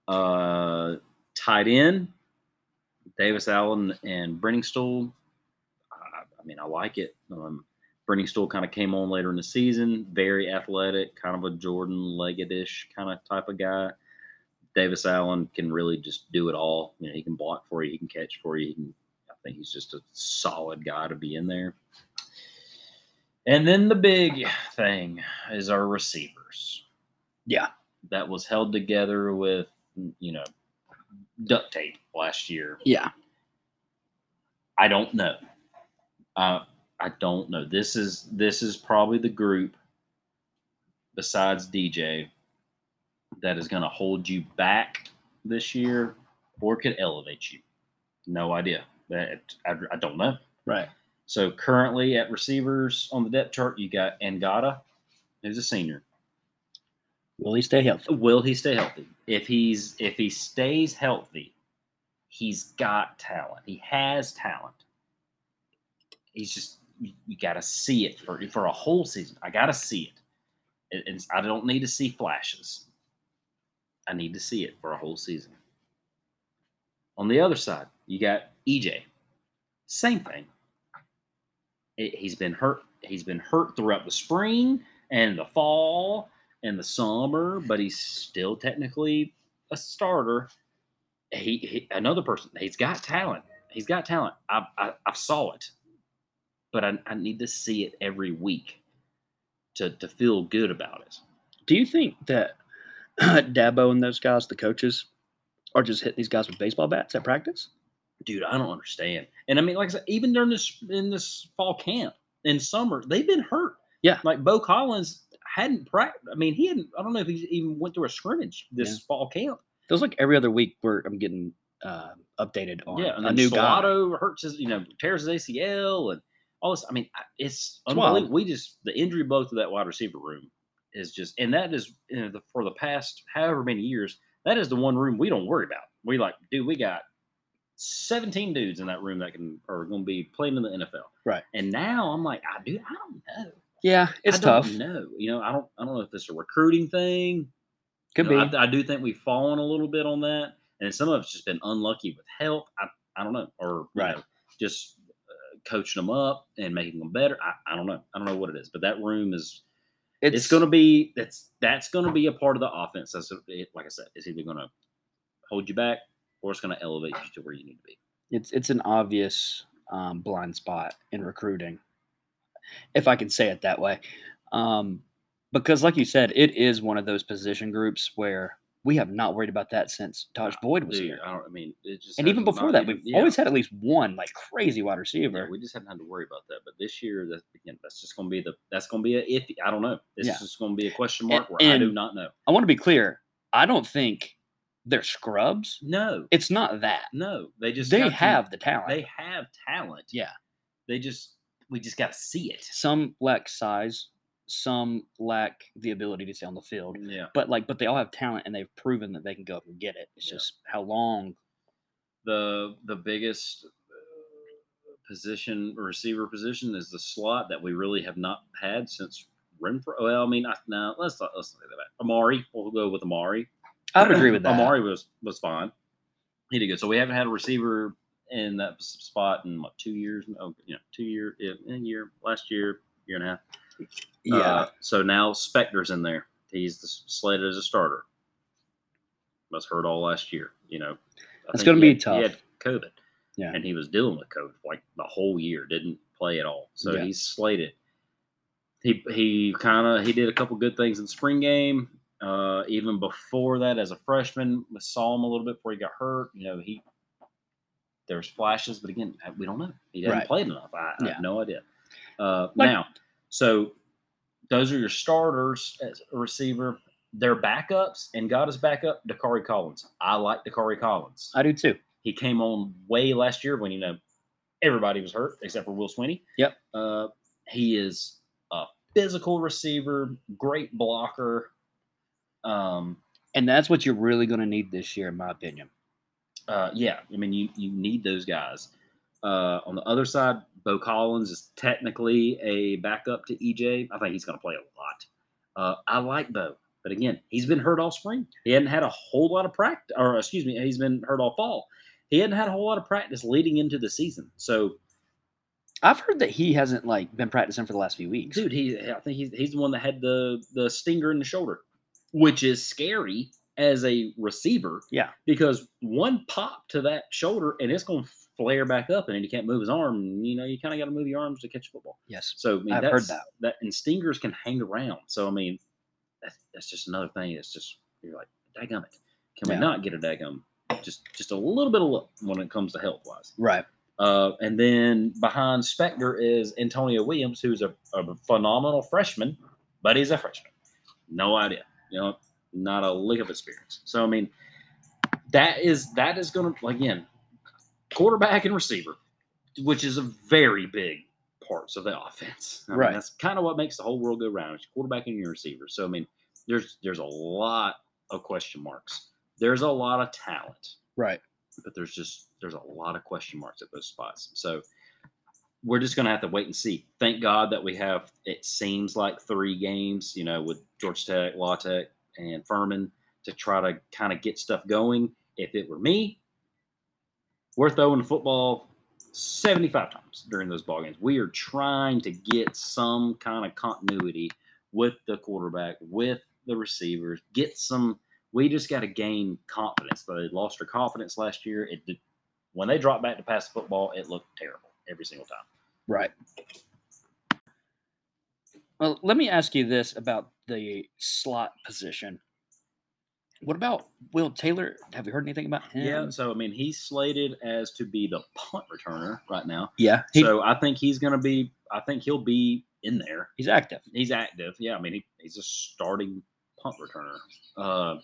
Speaker 2: Uh, tight end, Davis Allen and Brenningstool. I, I mean, I like it. Um, Brenningstool kind of came on later in the season, very athletic, kind of a Jordan Leggett-ish kind of type of guy. Davis Allen can really just do it all. You know, he can block for you, he can catch for you. He can, I think he's just a solid guy to be in there. And then the big thing is our receivers.
Speaker 1: Yeah.
Speaker 2: That was held together with, you know, duct tape last year.
Speaker 1: Yeah.
Speaker 2: I don't know. Uh, I don't know. This is this is probably the group besides DJ that is going to hold you back this year or could elevate you. No idea. That I, I don't know.
Speaker 1: Right.
Speaker 2: So currently at receivers on the depth chart, you got Angata, who's a senior.
Speaker 1: Will he stay healthy?
Speaker 2: Will he stay healthy? If he's if he stays healthy, he's got talent. He has talent. he's just you, you got to see it for for a whole season. I got to see it, and, and I don't need to see flashes. I need to see it for a whole season. On the other side, you got EJ. Same thing. It, he's been hurt. He's been hurt throughout the spring and the fall and the summer, but he's still technically a starter. He, he another person. He's got talent. He's got talent. I I, I saw it, but I, I need to see it every week to to feel good about it.
Speaker 1: Do you think that (clears throat) Dabo and those guys, the coaches, are just hitting these guys with baseball bats at practice?
Speaker 2: Dude, I don't understand. And I mean, like I said, even during this in this fall camp in summer, they've been hurt.
Speaker 1: Yeah.
Speaker 2: Like Bo Collins hadn't practiced. I mean, he hadn't. I don't know if he even went through a scrimmage this
Speaker 1: Yeah.
Speaker 2: fall camp.
Speaker 1: Feels like every other week where I'm getting uh, updated on
Speaker 2: yeah, and
Speaker 1: a
Speaker 2: then
Speaker 1: new guy.
Speaker 2: Soto hurts his, you know, tears his ACL and all this. I mean, I- it's
Speaker 1: It's wild.
Speaker 2: unbelievable. We just the injury blow to that wide receiver room is just, and that is you know, the, for the past however many years. That is the one room we don't worry about. We like, dude, we got seventeen dudes in that room that can are going to be playing in the NFL.
Speaker 1: Right.
Speaker 2: And now I'm like, I dude, I don't know.
Speaker 1: Yeah, it's
Speaker 2: I
Speaker 1: tough.
Speaker 2: Don't know. You know, I don't. I don't know if it's a recruiting thing.
Speaker 1: Could
Speaker 2: You know,
Speaker 1: be.
Speaker 2: I, I do think we've fallen a little bit on that, and some of it's just been unlucky with health. I, I don't know, or you
Speaker 1: Right.
Speaker 2: know, just uh, coaching them up and making them better. I, I don't know. I don't know what it is, but that room is it's, going to be that's that's going to be a part of the offense. That's it, like I said, it's either going to hold you back or it's going to elevate you to where you need to be.
Speaker 1: it's it's an obvious um, blind spot in recruiting, if I can say it that way, um, because like you said, it is one of those position groups where we have not worried about that since Taj Boyd was
Speaker 2: Ah, Dude,
Speaker 1: here,
Speaker 2: I don't. I mean, it just
Speaker 1: and even
Speaker 2: hasn't-
Speaker 1: before that,
Speaker 2: not even-
Speaker 1: we've
Speaker 2: yeah.
Speaker 1: always had at least one like crazy wide
Speaker 2: Yeah,
Speaker 1: receiver.
Speaker 2: we just haven't had to worry about that. But this year, that's again, that's just going to be the that's going to be a iffy. I don't know. This
Speaker 1: Yeah.
Speaker 2: is just going to be a question
Speaker 1: And-
Speaker 2: mark where I do
Speaker 1: and-
Speaker 2: not know.
Speaker 1: I want to be clear. I don't think they're scrubs.
Speaker 2: No,
Speaker 1: It's not that
Speaker 2: no, they just
Speaker 1: they
Speaker 2: got to-
Speaker 1: have the talent.
Speaker 2: they have talent.
Speaker 1: Yeah.
Speaker 2: they just we just got to see it.
Speaker 1: some lack size, some lack the ability to stay on the field.
Speaker 2: Yeah,
Speaker 1: but like but they all have talent and they've proven that they can go up and get it it's
Speaker 2: Yeah.
Speaker 1: just how long
Speaker 2: the the biggest uh, position receiver position is the slot that we really have not had since Renfro. Well, I mean, I, no, let's not let's not say that. Amari, we'll go with Amari.
Speaker 1: i would agree
Speaker 2: (laughs)
Speaker 1: with that
Speaker 2: (coughs) Amari was was fine. He did good. So we haven't had a receiver in that s- spot in what two years? Oh, you know, two year, yeah, a year, last year, year and a half.
Speaker 1: yeah
Speaker 2: Uh, so now Specter's in there. He's the, slated as a starter. Was hurt all last year. You know, I
Speaker 1: That's
Speaker 2: think
Speaker 1: gonna
Speaker 2: he
Speaker 1: be
Speaker 2: had-
Speaker 1: tough.
Speaker 2: He had COVID.
Speaker 1: Yeah.
Speaker 2: and he was dealing with COVID like the whole year. Didn't play at all. So
Speaker 1: Yeah.
Speaker 2: he's slated. He he kind of he did a couple good things in spring game. Uh, even before that, as a freshman, we saw him a little bit before he got hurt. You know, he there's flashes, but again, we don't know. He hasn't
Speaker 1: Right.
Speaker 2: played enough. I, I
Speaker 1: Yeah.
Speaker 2: have no idea. Uh,
Speaker 1: Like-
Speaker 2: now, so those are your starters as a receiver. Their backups, and got his backup, Dakari Collins. I like Dakari Collins.
Speaker 1: i do too
Speaker 2: He came on way last year when you know everybody was hurt except for Will Sweeney.
Speaker 1: Yep.
Speaker 2: Uh, he is a physical receiver, great blocker. Um,
Speaker 1: and that's what you're really going to need this year in my opinion
Speaker 2: uh, yeah, I mean, you, you need those guys. Uh, on the other side, Bo Collins is technically a backup to EJ. I think he's going to play a lot. Uh, I like Bo, but again, he's been hurt all spring. He hadn't had a whole lot of practice, or excuse me, he's been hurt all fall. He hadn't had a whole lot of practice leading into the season. So,
Speaker 1: i've heard that he hasn't like been practicing for the last few weeks
Speaker 2: dude, he I think he's, he's the one that had the the stinger in the shoulder, which is scary as a receiver.
Speaker 1: Yeah.
Speaker 2: because one pop to that shoulder and it's going to flare back up, and then you can't move his arm. and, You know, you kind of got to move your arms to catch football.
Speaker 1: yes
Speaker 2: So I mean,
Speaker 1: I've heard
Speaker 2: that's,
Speaker 1: that.
Speaker 2: and stingers can hang around. So I mean, that's, that's just another thing. It's just you're like, daggum it. Can
Speaker 1: Yeah.
Speaker 2: we not get a daggum? Just just a little bit of luck when it comes to health wise.
Speaker 1: right
Speaker 2: Uh, and then behind Specter is Antonio Williams, who's a, a phenomenal freshman, but he's a freshman. No idea. You know, not a lick of experience. So I mean, that is that is going to again, quarterback and receiver, which is a very big parts of the (laughs) offense. I mean,
Speaker 1: Right.
Speaker 2: that's kind of what makes the whole world go round. Is your quarterback and your receiver. So I mean, there's there's a lot of question marks. There's a lot of talent
Speaker 1: right
Speaker 2: but there's just there's a lot of question marks at those spots. So we're just going to have to wait and see. Thank God that we have, it seems like three games, you know, with Georgia Tech, Law Tech, and Furman to try to kind of get stuff going. If it were me, we're throwing the football 75 times during those ball games. We are trying to get some kind of continuity with the quarterback, with the receivers, get some. We just got to gain confidence. They lost their confidence last year. It did, when they dropped back to pass the football, it looked terrible every single time.
Speaker 1: Right. Well, let me ask you this about the slot position. What about Will Taylor? Have you heard anything about him?
Speaker 2: Yeah. So I mean, he's slated as to be the punt returner right now.
Speaker 1: Yeah. he-
Speaker 2: so I think he's going to be. I think he'll be in there.
Speaker 1: he's active.
Speaker 2: He's active. Yeah. I mean, he, he's a starting punt returner. Uh,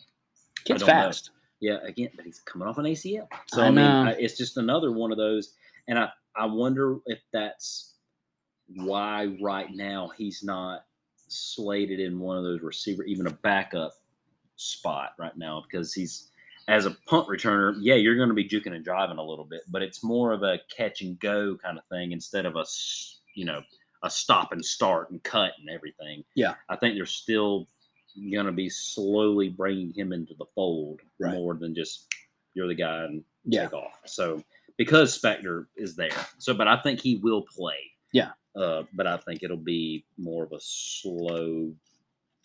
Speaker 1: Kid's
Speaker 2: don't know.
Speaker 1: fast.
Speaker 2: yeah, again, but he's coming off an ACL. So
Speaker 1: I
Speaker 2: I, mean,
Speaker 1: know.
Speaker 2: I, it's just another one of those, and I I wonder if that's why right now he's not slated in one of those receiver, even a backup spot right now because he's as a punt returner. Yeah, you're going to be juking and driving a little bit, but it's more of a catch and go kind of thing instead of a s- you know a stop and start and cut and everything.
Speaker 1: Yeah.
Speaker 2: I think they're still going to be slowly bringing him into the fold
Speaker 1: Right.
Speaker 2: more than just you're the guy and
Speaker 1: Yeah.
Speaker 2: take off. So because Spectre is there, so but I think he will play.
Speaker 1: Yeah.
Speaker 2: Uh, but I think it'll be more of a slow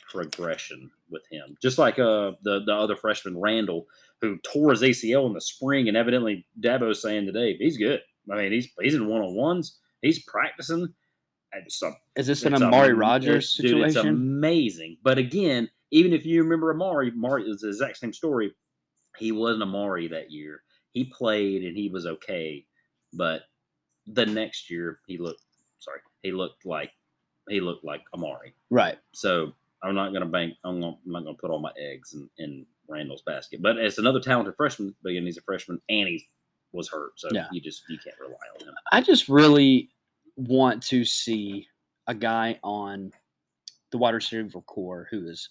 Speaker 2: progression with him, just like uh the the other freshman Randall who tore his ACL in the spring, and evidently Dabo's saying today he's good. I mean, he's he's in one on ones, he's practicing. And some
Speaker 1: Is this an
Speaker 2: it's
Speaker 1: Amari
Speaker 2: am-
Speaker 1: Rogers
Speaker 2: it's- dude, it's
Speaker 1: situation?
Speaker 2: amazing. But again, even if you remember Amari, Amari is the exact same story. He wasn't Amari that year. He played and he was okay, but the next year he looked. Sorry, he looked like he looked like Amari.
Speaker 1: right.
Speaker 2: So I'm not gonna bank. I'm, gonna, I'm not gonna put all my eggs in, in Randall's basket. But it's another talented freshman. But again, he's a freshman and he was hurt, so
Speaker 1: Yeah.
Speaker 2: you just you can't rely on him.
Speaker 1: I just really want to see a guy on the wide receiver core who is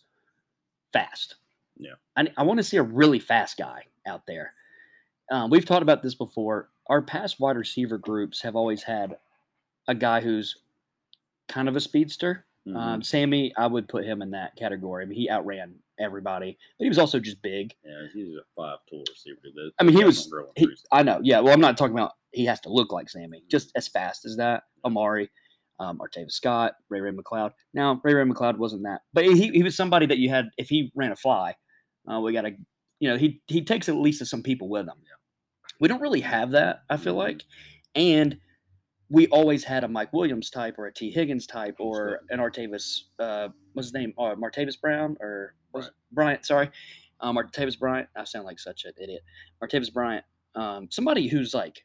Speaker 1: fast.
Speaker 2: Yeah.
Speaker 1: I, I want to see a really fast guy out there. Um, we've talked about this before. Our past wide receiver groups have always had a guy who's kind of a speedster.
Speaker 2: Mhm.
Speaker 1: Um, Sammy, I would put him in that category. I mean, he outran everybody, but he was also just big.
Speaker 2: yeah, he's a five tool receiver. The-
Speaker 1: I mean, he
Speaker 2: the
Speaker 1: was-
Speaker 2: guy's gonna grow on
Speaker 1: He,
Speaker 2: trees.
Speaker 1: I know. Yeah. Well, I'm not talking about he has to look like Sammy. Just as fast as that. Amari, um, Artavis Scott, Ray Ray McLeod. Now, Ray Ray McLeod wasn't that, but he, he was somebody that you had, if he ran a fly, uh, we got to, you know, he, he takes at least some people with him. We don't really have that, I feel
Speaker 2: Mhm.
Speaker 1: like. And we always had a Mike Williams type or a T. Higgins type or an Artavis, uh, what's his name? Uh, Martavis Brown or was it Bryant, sorry. Um, Martavis Bryant. I sound like such an idiot. Martavis Bryant. Um, somebody who's like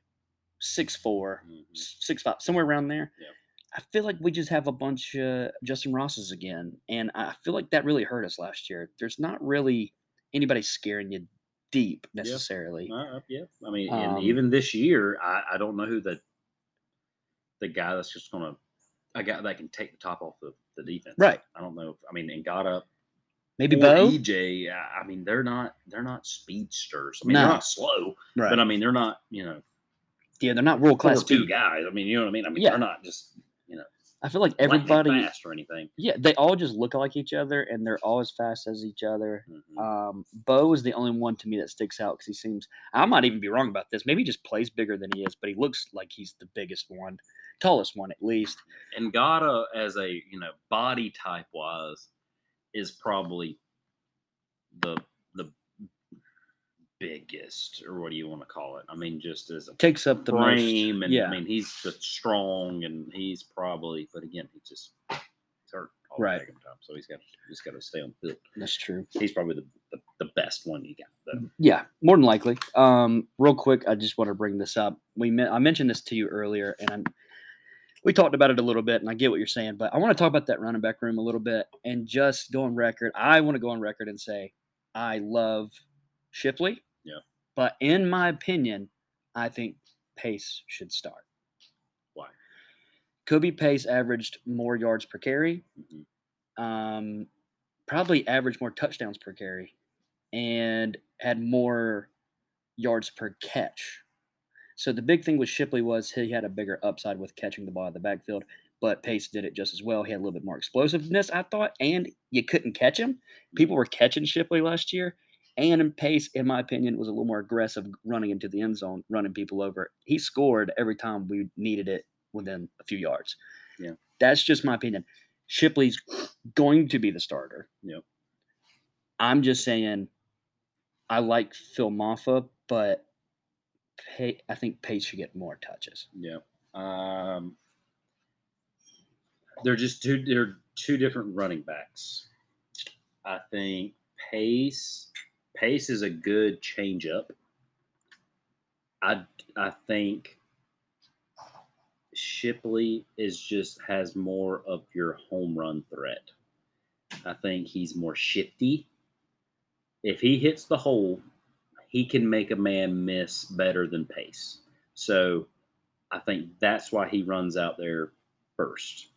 Speaker 1: six four,
Speaker 2: Mhm.
Speaker 1: six five, somewhere around there.
Speaker 2: Yeah.
Speaker 1: I feel like we just have a bunch of Justin Rosses again, and I feel like that really hurt us last year. There's not really anybody scaring you deep necessarily.
Speaker 2: Mm-hmm. All right, yeah. I mean, and
Speaker 1: Um,
Speaker 2: even this year, I, I don't know who the the guy that's just gonna a guy that can take the top off the, the defense.
Speaker 1: Right?
Speaker 2: I don't know. If, I mean, and got up
Speaker 1: Maybe Bo.
Speaker 2: EJ. I I mean, they're not they're not speedsters. I mean,
Speaker 1: No.
Speaker 2: they're not slow,
Speaker 1: Right.
Speaker 2: but I mean, they're not you know
Speaker 1: yeah, they're not world class
Speaker 2: class two
Speaker 1: speed.
Speaker 2: guys. I mean, you know what I mean. I mean,
Speaker 1: Yeah.
Speaker 2: they're not just
Speaker 1: I feel like
Speaker 2: lightning
Speaker 1: everybody.
Speaker 2: fast or anything.
Speaker 1: Yeah, they all just look like each other, and they're all as fast as each other.
Speaker 2: Mhm.
Speaker 1: Um, Bo is the only one to me that sticks out because he seems. I might even be wrong about this. Maybe he just plays bigger than he is, but he looks like he's the biggest one, tallest one at least.
Speaker 2: and Gata as a you know body type wise is probably the the biggest or what do you want to call it? I mean, just as a
Speaker 1: Takes up the
Speaker 2: frame,
Speaker 1: most.
Speaker 2: and
Speaker 1: yeah,
Speaker 2: I mean he's the strong and he's probably, but again, he just he's hurt all
Speaker 1: Right.
Speaker 2: the damn time, so he's got he's got to stay on the field.
Speaker 1: that's true.
Speaker 2: He's probably the, the, the best one you got. Though.
Speaker 1: Yeah, more than likely. Um, real quick, I just want to bring this up. We men- I mentioned this to you earlier, and I'm, we talked about it a little bit, and I get what you're saying, but I want to talk about that running back room a little bit and just go on record. I want to go on record and say I love Shipley.
Speaker 2: Yeah.
Speaker 1: But in my opinion, I think Pace should start.
Speaker 2: Why?
Speaker 1: Kobe Pace averaged more yards per carry
Speaker 2: Mhm.
Speaker 1: um, probably averaged more touchdowns per carry and had more yards per catch. So the big thing with Shipley was he had a bigger upside with catching the ball out of the backfield, but Pace did it just as well. He had a little bit more explosiveness, I thought, and you couldn't catch him. People were catching Shipley last year, and Pace, in my opinion, was a little more aggressive running into the end zone, running people over. He scored every time we needed it within a few yards.
Speaker 2: Yeah.
Speaker 1: That's just my opinion. Shipley's going to be the starter.
Speaker 2: Yep.
Speaker 1: I'm just saying I like Phil Maffa, but Pay, I think Pace should get more touches.
Speaker 2: Yeah. Um, they're just two. They're two different running backs. I think pace. Pace is a good changeup. I I think Shipley is just has more of your home run threat. I think he's more shifty. If he hits the hole, he can make a man miss better than pace. So I think that's why he runs out there first.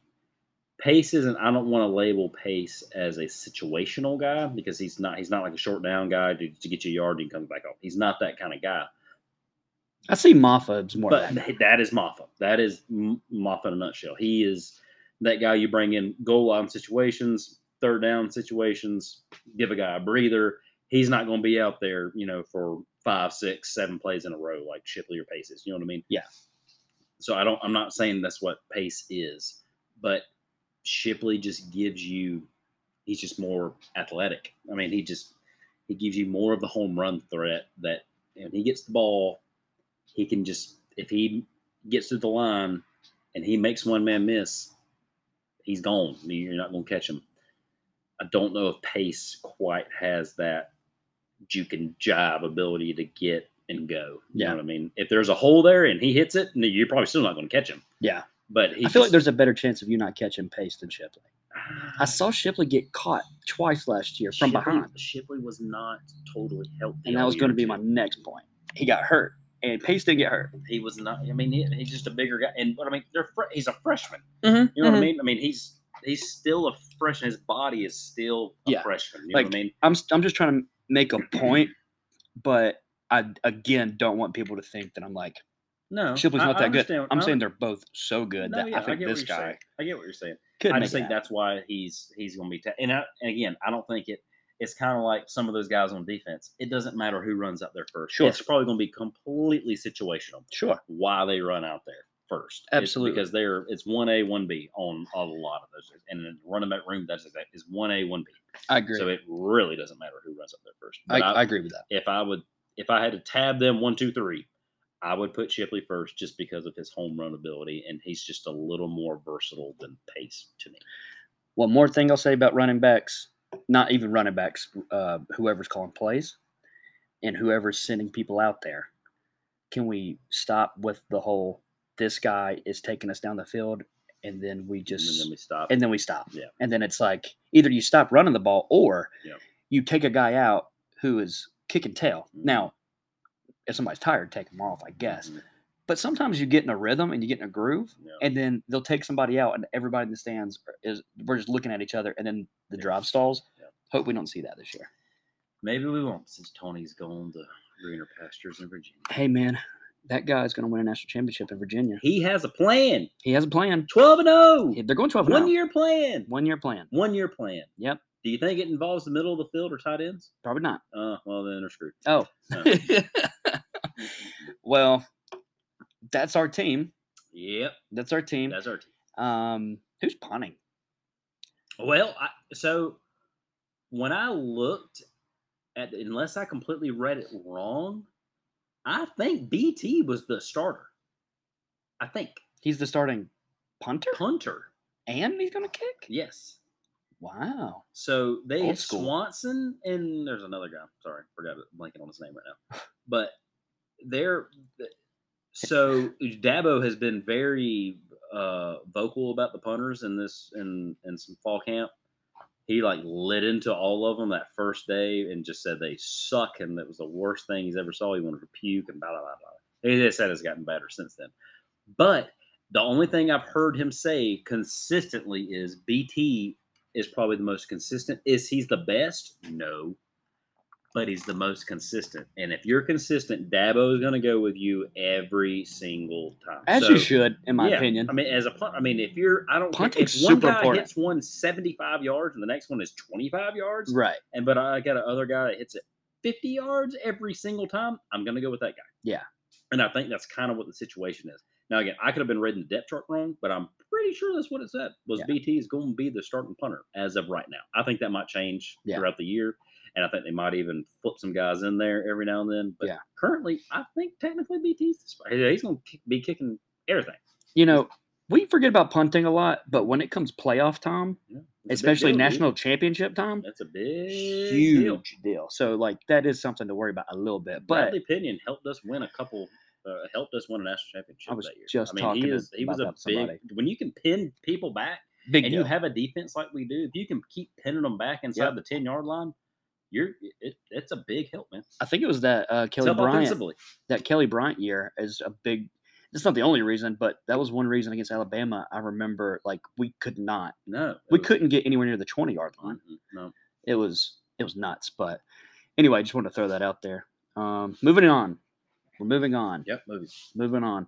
Speaker 2: Pace isn't I don't want to label Pace as a situational guy because he's not he's not like a short down guy to, to get you a yard and he comes back off. He's not that kind of guy.
Speaker 1: I see Maffa's more.
Speaker 2: But
Speaker 1: than that.
Speaker 2: that is Moffa. That is M- Moffa in a nutshell. He is that guy you bring in goal line situations, third down situations, give a guy a breather. He's not going to be out there, you know, for five, six, seven plays in a row like Shipley or Pace is. You know what I mean?
Speaker 1: Yeah.
Speaker 2: So I don't. I'm not saying that's what Pace is, but Shipley just gives you. He's just more athletic. I mean, he just he gives you more of the home run threat that, and he gets the ball he can just if he gets to the line and he makes one man miss, he's gone. You're not going to catch him. I don't know if Pace quite has that juke and jive ability to get and go. You
Speaker 1: Yeah.
Speaker 2: know what I mean? If there's a hole there and he hits it, no, you're probably still not going to catch him.
Speaker 1: yeah,
Speaker 2: But he
Speaker 1: I feel like
Speaker 2: just- (sighs)
Speaker 1: there's a better chance of you not catching Pace than Shipley. I saw Shipley get caught twice last year from
Speaker 2: Shipley-
Speaker 1: behind,
Speaker 2: Shipley was not totally healthy.
Speaker 1: and that
Speaker 2: all
Speaker 1: was going to
Speaker 2: year,
Speaker 1: be my
Speaker 2: too.
Speaker 1: next point. He got hurt, and Pace didn't get hurt.
Speaker 2: He was not. I mean, he, he's just a bigger guy. And but I mean, they're fre- he's a freshman.
Speaker 1: Mm-hmm,
Speaker 2: You know what I mean? I mean, he's he's still a freshman. His body is still a
Speaker 1: Yeah.
Speaker 2: freshman. You know
Speaker 1: Like-
Speaker 2: what I mean?
Speaker 1: I'm s- I'm just trying to make a point, but I again don't want people to think that I'm like
Speaker 2: No,
Speaker 1: Shipley's
Speaker 2: I-
Speaker 1: not
Speaker 2: I
Speaker 1: that good.
Speaker 2: understand-
Speaker 1: I'm
Speaker 2: I-
Speaker 1: saying they're both so good
Speaker 2: no,
Speaker 1: that
Speaker 2: yeah,
Speaker 1: I think
Speaker 2: get what
Speaker 1: this
Speaker 2: you're saying.
Speaker 1: guy
Speaker 2: I get what you're saying.
Speaker 1: could
Speaker 2: I
Speaker 1: make
Speaker 2: just think
Speaker 1: that.
Speaker 2: that's why he's he's going to be. Ta- and, I, and again, I don't think it. It's kind of like some of those guys on defense. It doesn't matter who runs out there first.
Speaker 1: Sure.
Speaker 2: It's probably going to be completely situational
Speaker 1: Sure,
Speaker 2: why they run out there first. It's
Speaker 1: Absolutely.
Speaker 2: because they're it's one A one B on a lot of those. And then running back room that's that is one A one B.
Speaker 1: I agree.
Speaker 2: So it really doesn't matter who runs up there first.
Speaker 1: I,
Speaker 2: But I-
Speaker 1: I agree with that.
Speaker 2: if I would if I had to tab them one, two, three, I would put Shipley first just because of his home run ability, and he's just a little more versatile than Pace to me.
Speaker 1: One more thing I'll say about running backs, not even running backs, uh, whoever's calling plays and whoever's sending people out there. Can we stop with the whole this guy is taking us down the field and then we
Speaker 2: and
Speaker 1: just
Speaker 2: then we stop.
Speaker 1: and then we stop.
Speaker 2: Yeah.
Speaker 1: And then it's like either you stop running the ball or
Speaker 2: Yeah.
Speaker 1: you take a guy out who is kicking tail.
Speaker 2: Mhm.
Speaker 1: Now, if somebody's tired, take them off, I guess.
Speaker 2: Mhm.
Speaker 1: But sometimes you get in a rhythm and you get in a groove
Speaker 2: Yeah.
Speaker 1: and then they'll take somebody out, and everybody in the stands are- is we're just looking at each other, and then the
Speaker 2: Yeah.
Speaker 1: drive stalls.
Speaker 2: Yeah.
Speaker 1: Hope we don't see that this year.
Speaker 2: Maybe we won't since Tony's gone to greener pastures in Virginia.
Speaker 1: Hey, man, that guy's going to win a national championship in Virginia.
Speaker 2: He has a plan.
Speaker 1: He has a plan.
Speaker 2: Twelve and
Speaker 1: Hey,
Speaker 2: 0.
Speaker 1: They're going twelve. oh.
Speaker 2: One
Speaker 1: now.
Speaker 2: year plan.
Speaker 1: One year plan.
Speaker 2: One year plan.
Speaker 1: Yep.
Speaker 2: Do you think it involves the middle of the field or tight ends?
Speaker 1: Probably not.
Speaker 2: Uh, well then they're screwed.
Speaker 1: Oh.
Speaker 2: No.
Speaker 1: (laughs) well, that's our team.
Speaker 2: yep,
Speaker 1: That's our team.
Speaker 2: that's our team.
Speaker 1: Um, who's punting?
Speaker 2: Well, I, so when I looked at, unless I completely read it wrong, I think BT was the starter. I think
Speaker 1: He's the starting punter,
Speaker 2: punter.
Speaker 1: and he's going to kick.
Speaker 2: Yes.
Speaker 1: Wow.
Speaker 2: So they
Speaker 1: Old
Speaker 2: had
Speaker 1: school.
Speaker 2: Swanson and there's another guy. Sorry, forgot it- blanking on his name right now. But they're th- so Dabo has been very uh, vocal about the punters in this in in some fall camp. He like lit into all of them that first day and just said they suck and that was the worst thing he's ever saw. He wanted to puke and blah blah blah. blah. He just said it's gotten better since then. But the only thing I've heard him say consistently is BT is probably the most consistent. Is he's the best? No. but he's the most consistent. And if you're consistent, Dabo is going to go with you every single time.
Speaker 1: As
Speaker 2: So,
Speaker 1: you should, in my
Speaker 2: yeah,
Speaker 1: opinion.
Speaker 2: I mean, as a punt, I mean, if you're, I don't, care-
Speaker 1: Punting's
Speaker 2: if one
Speaker 1: super
Speaker 2: guy
Speaker 1: important.
Speaker 2: hits one 75 yards and the next one is 25 yards,
Speaker 1: right.
Speaker 2: and but I got another guy that hits it 50 yards every single time, I'm going to go with that guy.
Speaker 1: Yeah.
Speaker 2: And I think that's kind of what the situation is. Now, again, I could have been reading the depth chart wrong, but I'm pretty sure that's what it said was
Speaker 1: Yeah.
Speaker 2: BT is going to be the starting punter as of right now. I think that might change
Speaker 1: Yeah.
Speaker 2: throughout the year. And I think they might even flip some guys in there every now and then. But
Speaker 1: Yeah.
Speaker 2: currently, I think technically BT's the spot. He's going to be kicking everything.
Speaker 1: You know, we forget about punting a lot, but when it comes playoff time,
Speaker 2: you know? It's a big
Speaker 1: especially
Speaker 2: deal, dude.
Speaker 1: national championship time,
Speaker 2: That's a big
Speaker 1: huge
Speaker 2: deal.
Speaker 1: deal. So like that is something to worry about a little bit. But
Speaker 2: Bradley Pinion helped us win a couple. Uh, helped us win a national championship
Speaker 1: I was
Speaker 2: that year.
Speaker 1: just
Speaker 2: I mean,
Speaker 1: talking
Speaker 2: he
Speaker 1: to-
Speaker 2: is he was
Speaker 1: about
Speaker 2: a
Speaker 1: that to somebody.
Speaker 2: big when you can pin people back
Speaker 1: big
Speaker 2: and
Speaker 1: deal.
Speaker 2: you have a defense like we do. If you can keep pinning them back inside
Speaker 1: Yep.
Speaker 2: the ten yard line, you're it, it's a big help, man.
Speaker 1: I think it was that uh,
Speaker 2: It's
Speaker 1: Kelly
Speaker 2: help
Speaker 1: Bryant
Speaker 2: offensively.
Speaker 1: that Kelly Bryant year is a big. It's not the only reason, but that was one reason against Alabama. I remember like we could not,
Speaker 2: No, it
Speaker 1: we
Speaker 2: was-
Speaker 1: couldn't get anywhere near the twenty yard line.
Speaker 2: Mm-mm, No,
Speaker 1: It was it was nuts. But anyway, I just wanted to throw that out there. Um, moving on, we're moving on,
Speaker 2: yep, movies.
Speaker 1: moving on.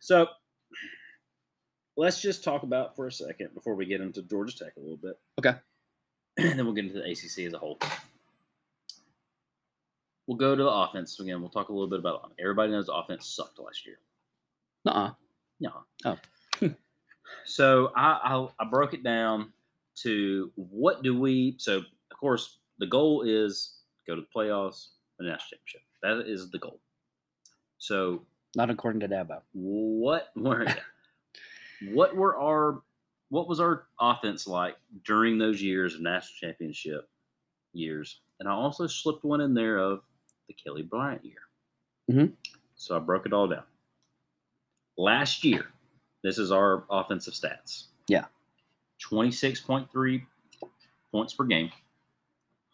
Speaker 2: So let's just talk about for a second before we get into Georgia Tech a little bit.
Speaker 1: Okay.
Speaker 2: (clears throat) And then we'll get into the ACC as a whole. We'll go to the offense again. We'll talk a little bit about everybody knows the offense sucked last year.
Speaker 1: Uh-uh.
Speaker 2: No.
Speaker 1: Oh.
Speaker 2: (laughs) so I, I I broke it down to what do we so of course the goal is go to the playoffs and national championship. That is the goal. So
Speaker 1: Not according to Dabo.
Speaker 2: what were what were our what was our offense like during those years of national championship years? And I also slipped one in there of the Kelly Bryant year.
Speaker 1: Mhm.
Speaker 2: So I broke it all down. Last year, this is our offensive stats.
Speaker 1: Yeah.
Speaker 2: 26.3 points per game,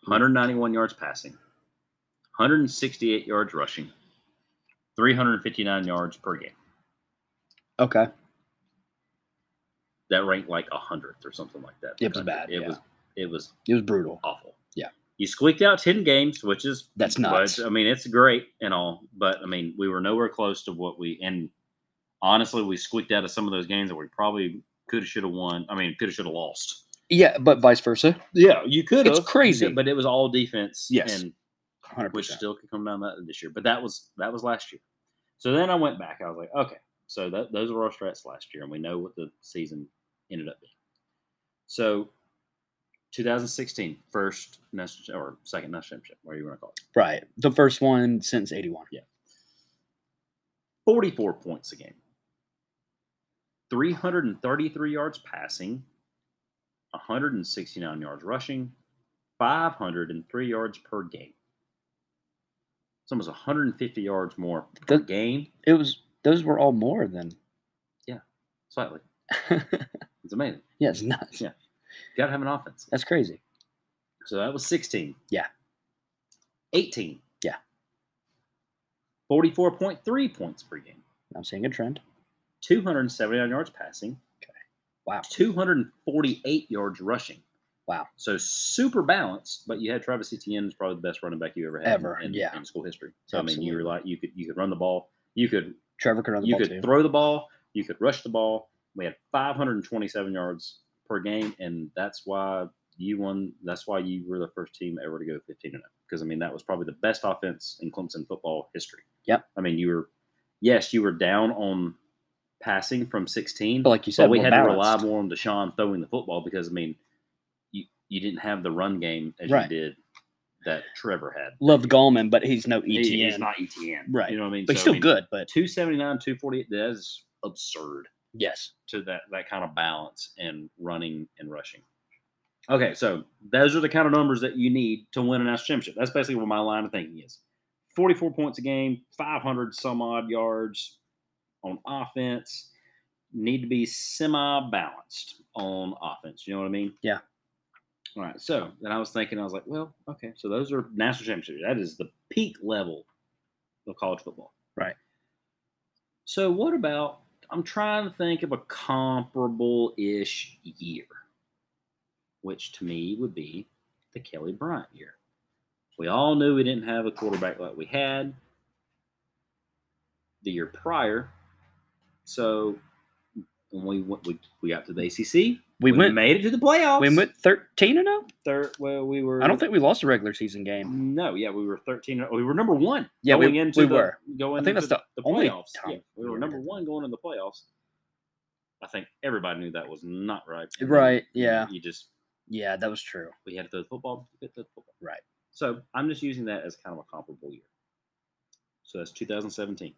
Speaker 2: 191 yards passing, 168 yards rushing, 359 yards per game.
Speaker 1: Okay.
Speaker 2: that ranked like 100th or something like that. in the
Speaker 1: It was
Speaker 2: country.
Speaker 1: bad,
Speaker 2: It
Speaker 1: yeah.
Speaker 2: was it was
Speaker 1: It was brutal.
Speaker 2: awful.
Speaker 1: Yeah.
Speaker 2: You squeaked out 10 games, which is
Speaker 1: That's
Speaker 2: but,
Speaker 1: nuts.
Speaker 2: I mean, it's great and all, but I mean, we were nowhere close to what we and honestly, we squeaked out of some of those games that we probably could have should have won. I mean, could have should have lost.
Speaker 1: Yeah, but vice versa.
Speaker 2: Yeah, you could
Speaker 1: It's crazy.
Speaker 2: but it was all defense.
Speaker 1: Yes.
Speaker 2: and
Speaker 1: 100%.
Speaker 2: which still could come down that this year. But that was that was last year. So then I went back. I was like, okay, so that, those were our strats last year, and we know what the season ended up being. So 2016, first national or second national championship, whatever you want to call it,
Speaker 1: right. The first one since 81.
Speaker 2: 44 points a game, 333 yards passing, 169 yards rushing, 503 yards per game. It's almost 150 yards more per
Speaker 1: That-
Speaker 2: game.
Speaker 1: It was, those were all more than. (laughs)
Speaker 2: Slightly.
Speaker 1: yeah,
Speaker 2: It's amazing.
Speaker 1: it's nuts.
Speaker 2: Yeah. You gotta have an offense.
Speaker 1: That's crazy.
Speaker 2: So that was 16.
Speaker 1: Yeah.
Speaker 2: 18.
Speaker 1: Yeah.
Speaker 2: 44.3 points per game.
Speaker 1: I'm seeing a trend.
Speaker 2: 279 yards passing.
Speaker 1: Wow.
Speaker 2: 248 yards rushing.
Speaker 1: Wow.
Speaker 2: So super balanced, but you had Travis Etienne is probably the best running back you ever had in-
Speaker 1: Ever,
Speaker 2: in,
Speaker 1: yeah.
Speaker 2: in school history. So I mean you
Speaker 1: Absolutely.
Speaker 2: were like you could you could run the ball, you could
Speaker 1: Trevor could run the
Speaker 2: you
Speaker 1: ball
Speaker 2: could
Speaker 1: too.
Speaker 2: throw the ball, you could rush the ball. We had 527 yards per game, and that's why you won. That's why you were the first team ever to go 15 and up. Because I mean, that was probably the best offense in Clemson football history.
Speaker 1: Yep.
Speaker 2: I mean, you were, yes, you were down on passing from 16,
Speaker 1: but
Speaker 2: but,
Speaker 1: like you said,
Speaker 2: we
Speaker 1: we're
Speaker 2: had to rely
Speaker 1: balanced.
Speaker 2: more on Deshaun throwing the football because I mean, you you didn't have the run game as
Speaker 1: Right.
Speaker 2: you did that Trevor had.
Speaker 1: Loved Gallman, but he's no ETN.
Speaker 2: He- He's not E
Speaker 1: E
Speaker 2: ETN,
Speaker 1: Right.
Speaker 2: You know what I mean?
Speaker 1: but he's
Speaker 2: So,
Speaker 1: still
Speaker 2: I mean,
Speaker 1: good. But
Speaker 2: 279, 248, that is absurd
Speaker 1: yes,
Speaker 2: to that, that kind of balance and running and rushing. Okay, so those are the kind of numbers that you need to win a national championship. That's basically what my line of thinking is 44 points a game, 500 some odd yards on offense. Need to be semi balanced on offense. You know what I mean?
Speaker 1: Yeah.
Speaker 2: All right. So then I was thinking, I was like, well, okay. So those are national championships. That is the peak level of college football.
Speaker 1: Right.
Speaker 2: So what about? I'm trying to think of a comparable ish year, which to me would be the Kelly Bryant year. We all knew we didn't have a quarterback like we had the year prior. So when we went, we, we got to the ACC.
Speaker 1: We went-
Speaker 2: made it to the playoffs.
Speaker 1: We went 13 and 0.
Speaker 2: third. Well, we were.
Speaker 1: I don't think we lost a regular season game.
Speaker 2: No, yeah, we were thirteen. We were number one.
Speaker 1: Yeah, we-
Speaker 2: Mm, going into
Speaker 1: we
Speaker 2: the,
Speaker 1: were.
Speaker 2: Going
Speaker 1: I think
Speaker 2: into
Speaker 1: that's the
Speaker 2: the
Speaker 1: only
Speaker 2: playoffs.
Speaker 1: time
Speaker 2: Yeah,
Speaker 1: we
Speaker 2: we were
Speaker 1: were
Speaker 2: number
Speaker 1: good.
Speaker 2: one going in the playoffs. I think everybody knew that was not right.
Speaker 1: Right, yeah.
Speaker 2: You just
Speaker 1: Yeah, that was true.
Speaker 2: we had to throw the football. we had to throw the football.
Speaker 1: Right.
Speaker 2: So I'm just using that as kind of a comparable year. So that's 2017.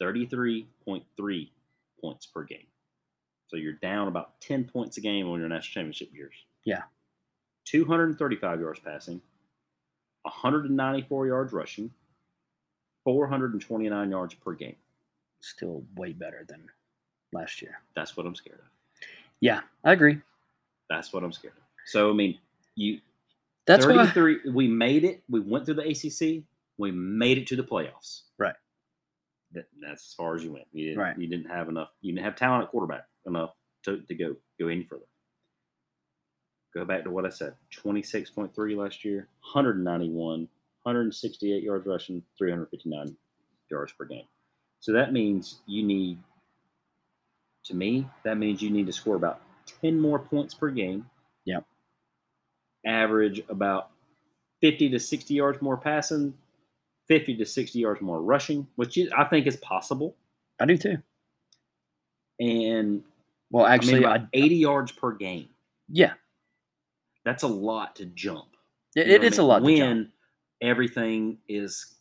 Speaker 2: 33.3 points per game. So you're down about 10 points a game on your national championship years.
Speaker 1: Yeah.
Speaker 2: 235 yards passing, 194 yards rushing, 429 yards per game.
Speaker 1: Still way better than last year.
Speaker 2: That's what I'm scared of.
Speaker 1: Yeah, I agree.
Speaker 2: That's what I'm scared of. So I mean, you
Speaker 1: That's why
Speaker 2: 33 we made it. We went through the ACC. We made it to the playoffs.
Speaker 1: Right.
Speaker 2: That, that's as far as you went. You didn't,
Speaker 1: Right.
Speaker 2: you didn't have enough. You didn't have talent at quarterback enough to, to go go any further. Go back to what I said. 26.3 last year, 191, 168 yards rushing, 359 yards per game. So that means you need to me, that means you need to score about 10 more points per game.
Speaker 1: Yep.
Speaker 2: Average about 50 to 60 yards more passing, 50 to 60 yards more rushing, which is, I think is possible.
Speaker 1: I do too.
Speaker 2: And
Speaker 1: Well,
Speaker 2: I mean,
Speaker 1: actually, I,
Speaker 2: about 80 yards per game.
Speaker 1: yeah,
Speaker 2: That's a lot to jump.
Speaker 1: it,
Speaker 2: You know what I
Speaker 1: it's a
Speaker 2: mean?
Speaker 1: lot.
Speaker 2: When
Speaker 1: to jump.
Speaker 2: everything is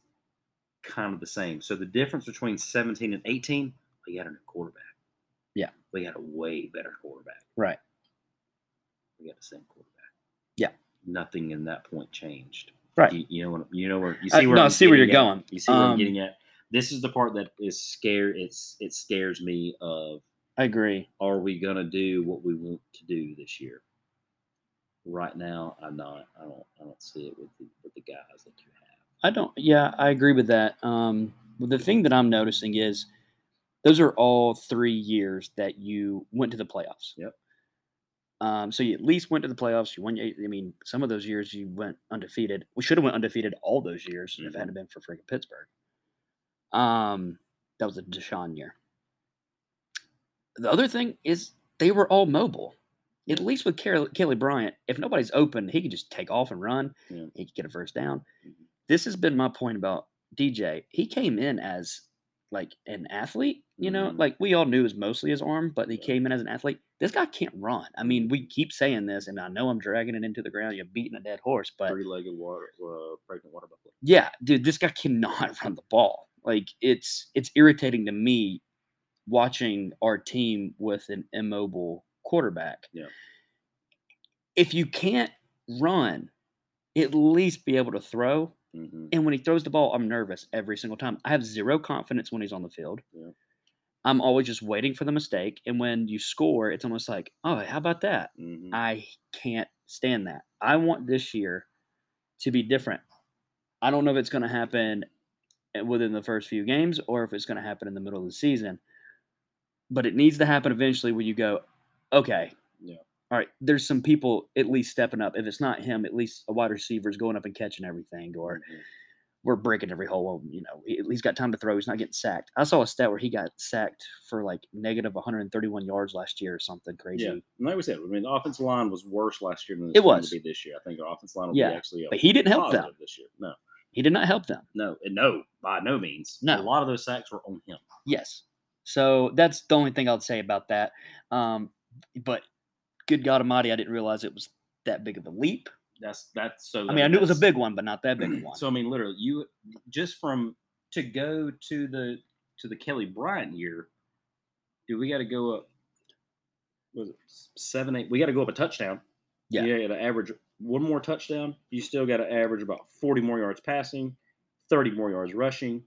Speaker 2: kind of the same. So the difference between 17 and 18, we got a new quarterback.
Speaker 1: Yeah.
Speaker 2: We got a way better quarterback.
Speaker 1: Right.
Speaker 2: We got the same quarterback.
Speaker 1: Yeah.
Speaker 2: Nothing in that point changed.
Speaker 1: Right.
Speaker 2: You, you know what you know where you
Speaker 1: Uh,
Speaker 2: see where
Speaker 1: no, I
Speaker 2: I'm
Speaker 1: see where you're
Speaker 2: getting at.
Speaker 1: going.
Speaker 2: You see where I'm
Speaker 1: Um,
Speaker 2: getting at. This is the part that is scared. It's it scares me of
Speaker 1: I agree.
Speaker 2: are we gonna do what we want to do this year? Right now, I'm not. I don't. I don't see it with the, with the guys that you have.
Speaker 1: I don't. Yeah, I agree with that. Um, well, the thing that I'm noticing is those are all three years that you went to the playoffs.
Speaker 2: Yep.
Speaker 1: Um, so you at least went to the playoffs. You won. I mean, some of those years you went undefeated. We should have went undefeated all those years if it hadn't been for freaking Pittsburgh. Um, that was a Deshaun year. The other thing is they were all mobile. At least with Car- Kelly Bryant, if nobody's open, he could just take off and run.
Speaker 2: Yeah.
Speaker 1: He could get a first down
Speaker 2: Mhm.
Speaker 1: this has been my point about DJ. He came in as like an athlete, you know,
Speaker 2: Mhm.
Speaker 1: like we all knew it was mostly his arm, but he
Speaker 2: Yeah.
Speaker 1: came in as an athlete. This guy can't run. I mean, we keep saying this, and I know I'm dragging it into the ground. You're beating a dead horse, but
Speaker 2: Three-legged water, uh, pregnant water buffalo.
Speaker 1: yeah, dude, this guy cannot (laughs) run the ball. Like it's it's irritating to me watching our team with an immobile quarterback.
Speaker 2: Yeah.
Speaker 1: If you can't run, at least be able to throw.
Speaker 2: Mm-hmm.
Speaker 1: And when he throws the ball, I'm nervous every single time. I have zero confidence when he's on the field.
Speaker 2: Yeah.
Speaker 1: I'm always just waiting for the mistake. And when you score, it's almost like, oh, how about that?
Speaker 2: Mm-hmm.
Speaker 1: I can't stand that. I want this year to be different. I don't know if it's going to happen uh, within the first few games or if it's going to happen in the middle of the season, but it needs to happen eventually where you go, okay.
Speaker 2: Yeah.
Speaker 1: All right, there's some people at least stepping up. If it's not him, at least a wide receiver's going up and catching everything, or we're breaking every hole. Well, you know, he- he's got time to throw. He's not getting sacked. I saw a stat where he got sacked for like negative 131 yards last year or something crazy.
Speaker 2: Yeah, and like we said, I mean, the offensive line was worse last year than it's
Speaker 1: It
Speaker 2: going
Speaker 1: was.
Speaker 2: to be this year. I think our offensive line will
Speaker 1: Yeah,
Speaker 2: be actually a
Speaker 1: But he didn't help
Speaker 2: positive
Speaker 1: them.
Speaker 2: this year. No,
Speaker 1: He did not help them.
Speaker 2: no, and no, by no means.
Speaker 1: No.
Speaker 2: a lot of those sacks were on him.
Speaker 1: Yes. So that's the only thing I'd say about that. Um, but good God Almighty, I didn't realize it was that big of a leap.
Speaker 2: That's that's so.
Speaker 1: I mean, I knew it was a
Speaker 2: that's-
Speaker 1: big one, but not that big
Speaker 2: (clears throat)
Speaker 1: a one.
Speaker 2: So I mean, literally, you just from to go to the to the Kelly Bryant year, do we got to go up? Was it s- seven eight? We got to go up a touchdown.
Speaker 1: Yeah.
Speaker 2: you got to average one more touchdown. You still got to average about forty more yards passing, thirty more yards rushing,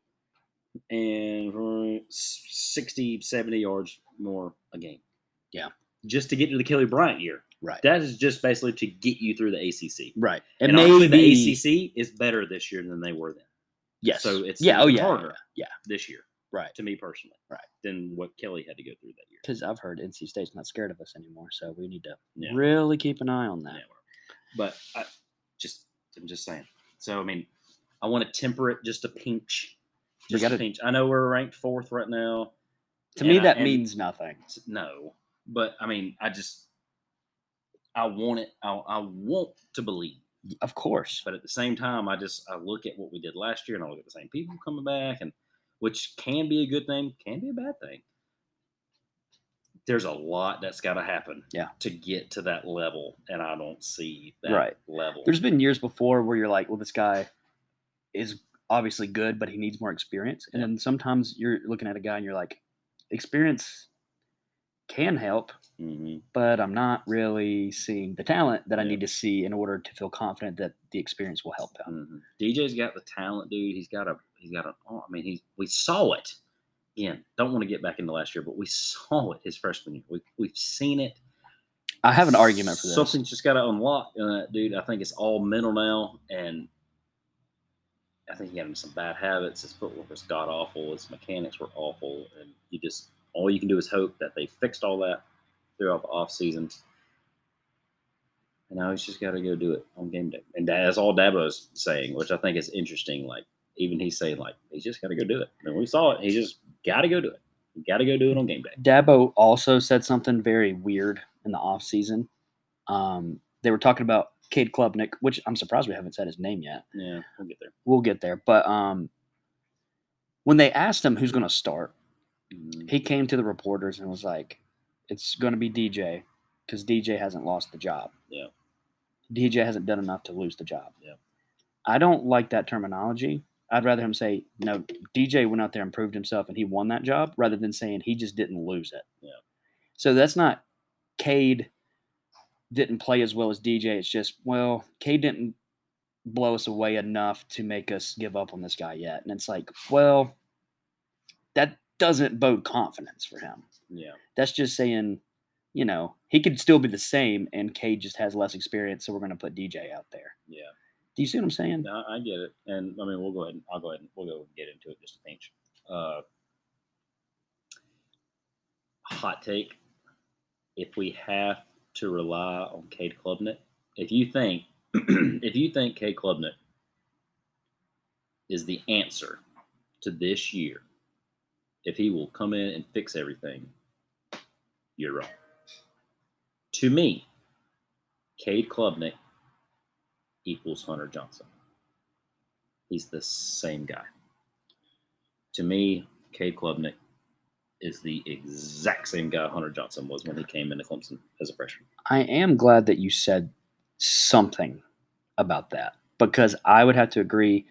Speaker 2: and uh, s- 60, 70 yards more a game.
Speaker 1: Yeah.
Speaker 2: just to get to the Kelly Bryant year.
Speaker 1: right.
Speaker 2: That is just basically to get you through the ACC.
Speaker 1: right.
Speaker 2: And,
Speaker 1: And, maybe
Speaker 2: honestly, the ACC is better this year than they were then.
Speaker 1: Yes.
Speaker 2: So it's
Speaker 1: yeah. Oh
Speaker 2: even
Speaker 1: yeah.
Speaker 2: harder
Speaker 1: yeah.
Speaker 2: this year,
Speaker 1: Right.
Speaker 2: to me personally,
Speaker 1: Right.
Speaker 2: than what Kelly had to go through that year.
Speaker 1: Because I've heard NC State's not scared of us anymore, so we need to
Speaker 2: Yeah.
Speaker 1: really keep an eye on that.
Speaker 2: Yeah. But I just I'm just saying. So I mean, I want to temper it just a pinch.
Speaker 1: We
Speaker 2: Just
Speaker 1: gotta-
Speaker 2: a pinch. I know we're ranked fourth right now.
Speaker 1: To me,
Speaker 2: and I-
Speaker 1: that
Speaker 2: and-
Speaker 1: means nothing.
Speaker 2: no, but I mean, I just I want it. I, I want to believe,
Speaker 1: Of course.
Speaker 2: but at the same time, I just I look at what we did last year, and I look at the same people coming back, and which can be a good thing, can be a bad thing. There's a lot that's got to happen,
Speaker 1: Yeah.
Speaker 2: to get to that level, and I don't see that
Speaker 1: Right.
Speaker 2: level.
Speaker 1: There's been years before where you're like, well, this guy is obviously good, but he needs more experience. And then sometimes you're looking at a guy and you're like, experience can help,
Speaker 2: Mhm.
Speaker 1: but I'm not really seeing the talent that I
Speaker 2: Yeah.
Speaker 1: need to see in order to feel confident that the experience will help out.
Speaker 2: Mhm. DJ's got the talent, dude. He's got a he's got a. oh, I mean, he's we saw it. Again, don't want to get back into last year, but we saw it his freshman year. We we've seen it.
Speaker 1: I have an argument for this.
Speaker 2: Something's just got to unlock, uh, dude. I think it's all mental now, and I think he had some bad habits. His footwork was god awful. His mechanics were awful, and you just all you can do is hope that they fixed all that throughout the off season. And now he's just got to go do it on game day, and that's all Dabo's saying, which I think is interesting. Like even he's saying, like he's just got to go do it. And we saw it. He just got to go do it. Got to go do it on game day.
Speaker 1: Dabo also said something very weird in the offseason. Um, they were talking about Cade Klubnik, which I'm surprised we haven't said his name yet.
Speaker 2: Yeah, we'll get there.
Speaker 1: We'll get there. But um, when they asked him who's going to start,
Speaker 2: Mhm.
Speaker 1: he came to the reporters and was like, "It's going to be DJ because DJ hasn't lost the job.
Speaker 2: Yeah.
Speaker 1: DJ hasn't done enough to lose the job.
Speaker 2: Yeah.
Speaker 1: I don't like that terminology. I'd rather him say, "No, DJ went out there and proved himself and he won that job," rather than saying he just didn't lose it.
Speaker 2: Yeah.
Speaker 1: So that's not Cade didn't play as well as DJ. It's just well, Cade didn't blow us away enough to make us give up on this guy yet. And it's like, well, that doesn't bode confidence for him.
Speaker 2: Yeah.
Speaker 1: That's just saying, you know, he could still be the same, and Cade just has less experience, so we're going to put DJ out there.
Speaker 2: Yeah.
Speaker 1: Do you see what I'm saying?
Speaker 2: No, I get it, and I mean, we'll go ahead. And, I'll go ahead and we'll go and get into it just a pinch. Uh, hot take: If we have to rely on Cade Klubnik, if you think (clears throat) if you think Cade Klubnik is the answer to this year, if he will come in and fix everything, you're wrong. To me, Cade Klubnik equals Hunter Johnson. He's the same guy. To me, Cade Klubnik is the exact same guy Hunter Johnson was when he came into Clemson as a freshman.
Speaker 1: I am glad that you said something about that because I would have to agree.